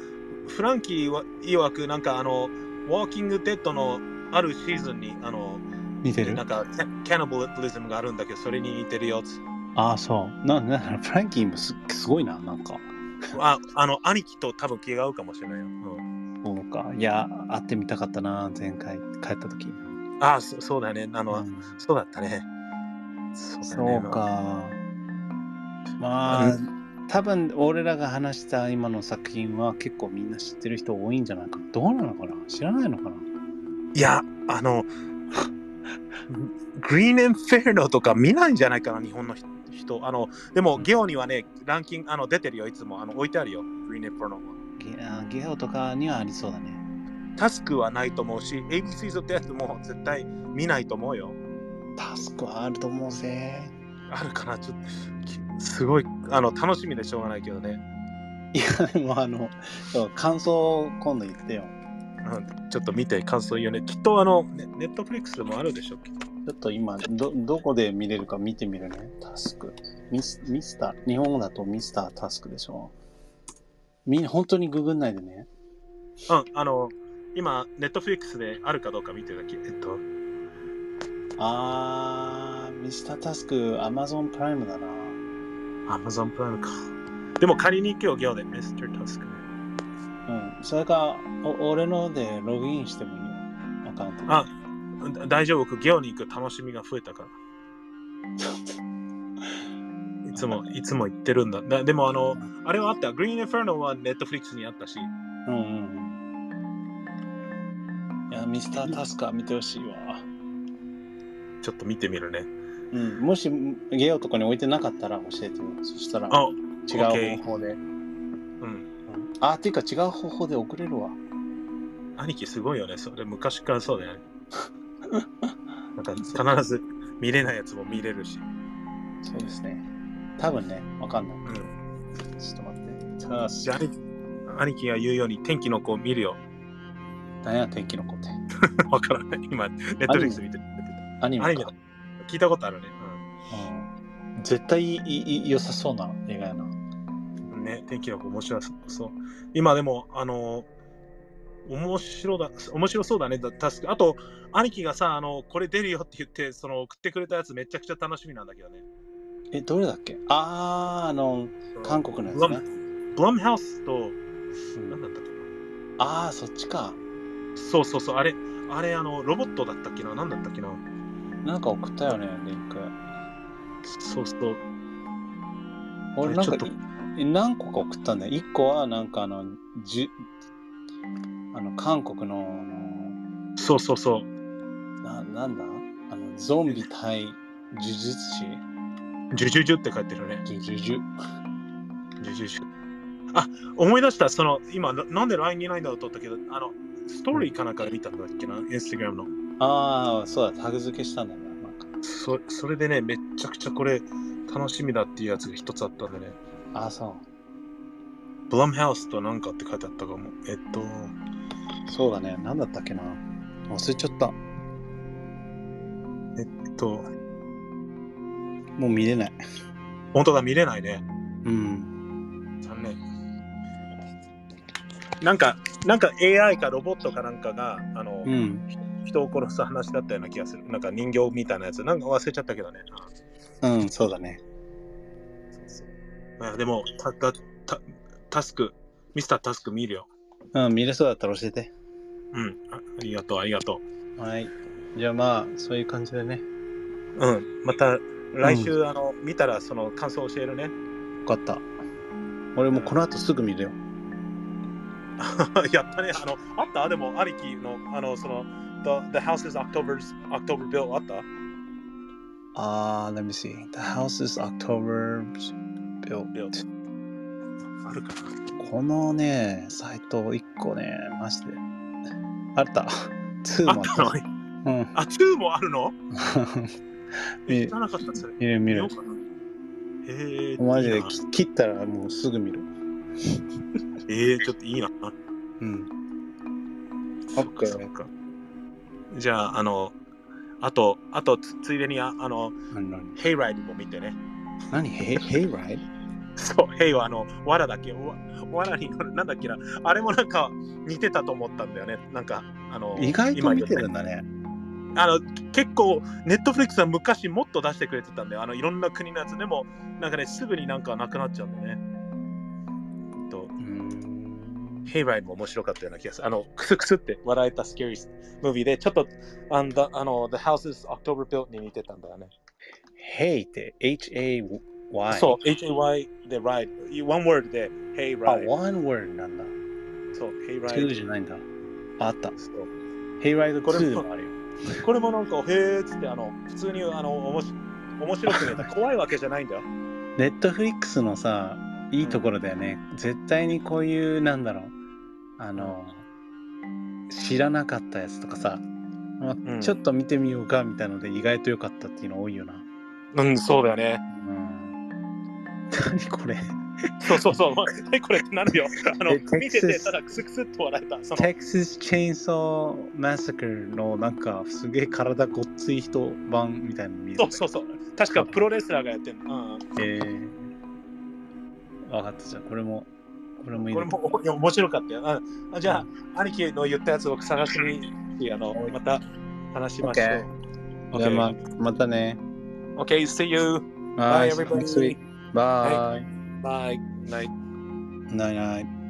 S2: フランキーは曰く、なんかあの、ウォーキングデッドのあるシーズンに、あの、
S1: 見て
S2: なんか、キャナボリズムがあるんだけど、それに似てるよっつ。
S1: ああ、そう。な、な、フランキーもすすごいな、なんか。
S2: あ、あの、兄貴と多分気が合うかもしれないよ。う
S1: [LAUGHS]
S2: ん
S1: そうか。いや、会ってみたかったな、前回帰った時。
S2: あそ、そうだね。あの、
S1: うん
S2: そうだったね。そうだ
S1: そ
S2: ね
S1: う。か。まあ、多分俺らが話した今の作品は結構みんな知ってる人多いんじゃないかな。どうなのかな知らないのかない
S2: や、あの、グリーンエンフェルノとか見ないんじゃないかな、日本の人。あの、でも、ゲオにはね、ランキングあの出てるよ、いつも。あの置いてあるよ、グリーンエンフェルノは。
S1: ゲあゲオとかにはありそうだね。
S2: タスクはないと思うし、ABC ゾってやつも絶対見ないと思うよ。
S1: タスクはあると思うぜ。
S2: あるかなちょっとき、すごい、あの、楽しみでしょうがないけどね。
S1: いや、で [LAUGHS] もあの、そう感想を今度言ってよ。
S2: うん、ちょっと見て感想言うね。きっとあの、ネネットフリックスでもあるでしょ。きっと
S1: ちょっと今、ど、どこで見れるか見てみるね。タスク。ミス、ミスター。日本語だとミスタータスクでしょ。みんな本当にググんないでね。
S2: うん、あの、今、ネットフリックスであるかどうか見てるだけ。えっと、
S1: あー、ミスタータスク、アマゾンプライムだな。
S2: Amazon プライムか。でも仮に今日行で Mr. タスク。
S1: うん。それか、お俺のでログインしてもいいよ。アカウント。
S2: あだ大丈夫、僕、ゲオに行く楽しみが増えたから。いつも、いつも言ってるんだ。だでも、あの、あれはあった。グリーン・インフェルノはネットフリックスにあったし。
S1: うんうんうん。いや、ミスタータスカー見てほしいわ。
S2: ちょっと見てみるね。
S1: うん。もし、ゲオとかに置いてなかったら教えてよ。そしたら、
S2: あ、
S1: 違
S2: OK
S1: う方法で。
S2: うん。
S1: うんあ、っていうか違う方法で送れるわ。
S2: 兄貴すごいよね。それ昔からそうだよね。なんか必ず見れないやつも見れるし。
S1: そうですね。多分ね、わかんない。
S2: うん。
S1: ちょっと待って。じゃあ、
S2: じゃあ、兄貴兄貴が言うように天気の子を見るよ。
S1: 何や、天気の子って。
S2: わからない。今、ネットフリックス見てる。
S1: アニ
S2: ア
S1: メ
S2: ニメ
S1: か
S2: だ。聞いたことあるね。
S1: うん、絶対いいい良さそうな映画やな。
S2: うん、ね、天気の子面白そう。今でも、あの面白だ、面白そうだね。だ確かあと、兄貴がさ、あの、これ出るよって言って、その送ってくれたやつめちゃくちゃ楽しみなんだけどね。
S1: え、どれだっけあー、あの、韓国のやつね。
S2: ブラムハウスと、
S1: うん
S2: なんだったっけな
S1: あー、そっちか。
S2: そうそうそう、あれ、あれ、あの、ロボットだったっけな、なんだったっけな。
S1: なんか送ったよね、リンク。
S2: そうそう。
S1: 俺なん
S2: ちょ
S1: か
S2: っと
S1: い何個か送ったんだよ。1個はなんかあの、じゅあの韓国の
S2: そうそうそう。
S1: な、なんだあの、ゾンビ対呪術師
S2: ジュジュジュって書いてるね。
S1: 呪術
S2: ジュジュジュ。あ、思い出した、その、今、ななんで LINE にないんだろうと思ったけど、あの、ストーリーかなんかで見たんだっけな、インスタグラムの。
S1: ああ、そうだ、タグ付けしたんだな。なんか
S2: そそれでね、めちゃくちゃこれ、楽しみだっていうやつが一つあったんでね。
S1: ああ、そう。
S2: ブラムハウスとなんかって書いてあったかも。えっと、
S1: そうだね。なんだったっけな忘れちゃった。
S2: えっと、
S1: もう見れない。
S2: 本当だ、見れないね。
S1: うん。
S2: 残念。なんか、なんか AI かロボットかなんかが、あの、
S1: うん。
S2: 人を殺す話だったような気がする。なんか人形みたいなやつ。なんか忘れちゃったけどね。
S1: うん、そうだね。
S2: まあでも、たたたタスク、ミスタータスク見るよ。
S1: うん、見れそうだったら教えて。
S2: うん。あありがとう、ありがと
S1: はい。じゃあまあ、そういう感じでね。
S2: う。うん。また来週、あの、見たらその感想教えるね。
S1: よかった。俺もうこの後すぐ見るよ。
S2: [LAUGHS] やったね。あの、あったでも、兄貴の、あの、その、The, the House is October's October Bill あった
S1: あー、let me see. The house is October built.
S2: Built. あるか
S1: このね、サイト1個ね、マジで。あった。2 [LAUGHS]
S2: なあ
S1: も
S2: っ
S1: あった
S2: の
S1: た。うん。
S2: あ、2もあるの
S1: [LAUGHS] 見
S2: 知
S1: る
S2: らなかったそれ。
S1: 見る見
S2: 見よ
S1: る
S2: う。かな。えー、
S1: マジ
S2: い
S1: で
S2: いな
S1: き切ったらもうすぐ見る。
S2: えー、ちょっといいな。
S1: うん。
S2: そっかそっか。じゃあ、あの、あと、あとつ、ついでにあ、あの、
S1: 何何
S2: ヘイライドも見てね。 [LAUGHS]
S1: 何ヘイヘイライ
S2: そう、ヘイはあの、わらだっけ、わわらに乗る、なんだっけな、あれもなんか似てたと思ったんだよね。なんか、あの、
S1: 意外と見てる
S2: 今
S1: んだね。
S2: 言ったあの、結構、ネットフリックスは昔もっと出してくれてたんだよ。あの、いろんな国のやつでも、なんかね、すぐになんかなくなっちゃうんだよね。えっと
S1: うん。
S2: ヘイライドも面白かったような気がする。あの、クスクスって笑えたスキャリームービーで、ちょっと、あんだあの、The House is October Built に似てたんだよね。
S1: ヘイって H-A-Y。
S2: そう、HAY で Ride。One word で Hey
S1: あ、
S2: Ride。
S1: one word なんだ。
S2: そう、Hey
S1: 2
S2: Ride。
S1: じゃないんだ。ああった。
S2: そう
S1: ヘイライド
S2: これ
S1: 2でもあるよ。
S2: これもなんか、へーっつって、あの、普通に、あの、おもし面白くねえた。怖いわけじゃないんだよ。
S1: ネットフリックスのさ、いいところだよね。絶対にこういう、なんだろう。あの、知らなかったやつとかさ、まあ
S2: ん
S1: ちょっと見てみようかみたいので意外と良かったっていうの多いよな。
S2: うん、そうだよね。
S1: うん。何こ
S2: [LAUGHS]
S1: れ
S2: そうそうそう。え、これってなるよ。あの
S1: え、Texas
S2: 見てて、ただクスクスっと笑えた。その、
S1: ?Texas Chainsaw Massacre のなんかすげえ体ごっつい人版みたいなの見え
S2: そ
S1: た
S2: うそうそう。確かプロレスラーがやってるの。うん。
S1: えー、分かったじゃあこれもこれもいい
S2: これもおいや面白かったよ。うんあじゃあ、兄貴の言ったやつを探しに、あの、また話しましょう。
S1: じゃあままたね
S2: Okay, see you.
S1: Bye
S2: everybody.
S1: next week Bye
S2: Bye. Night.
S1: Night night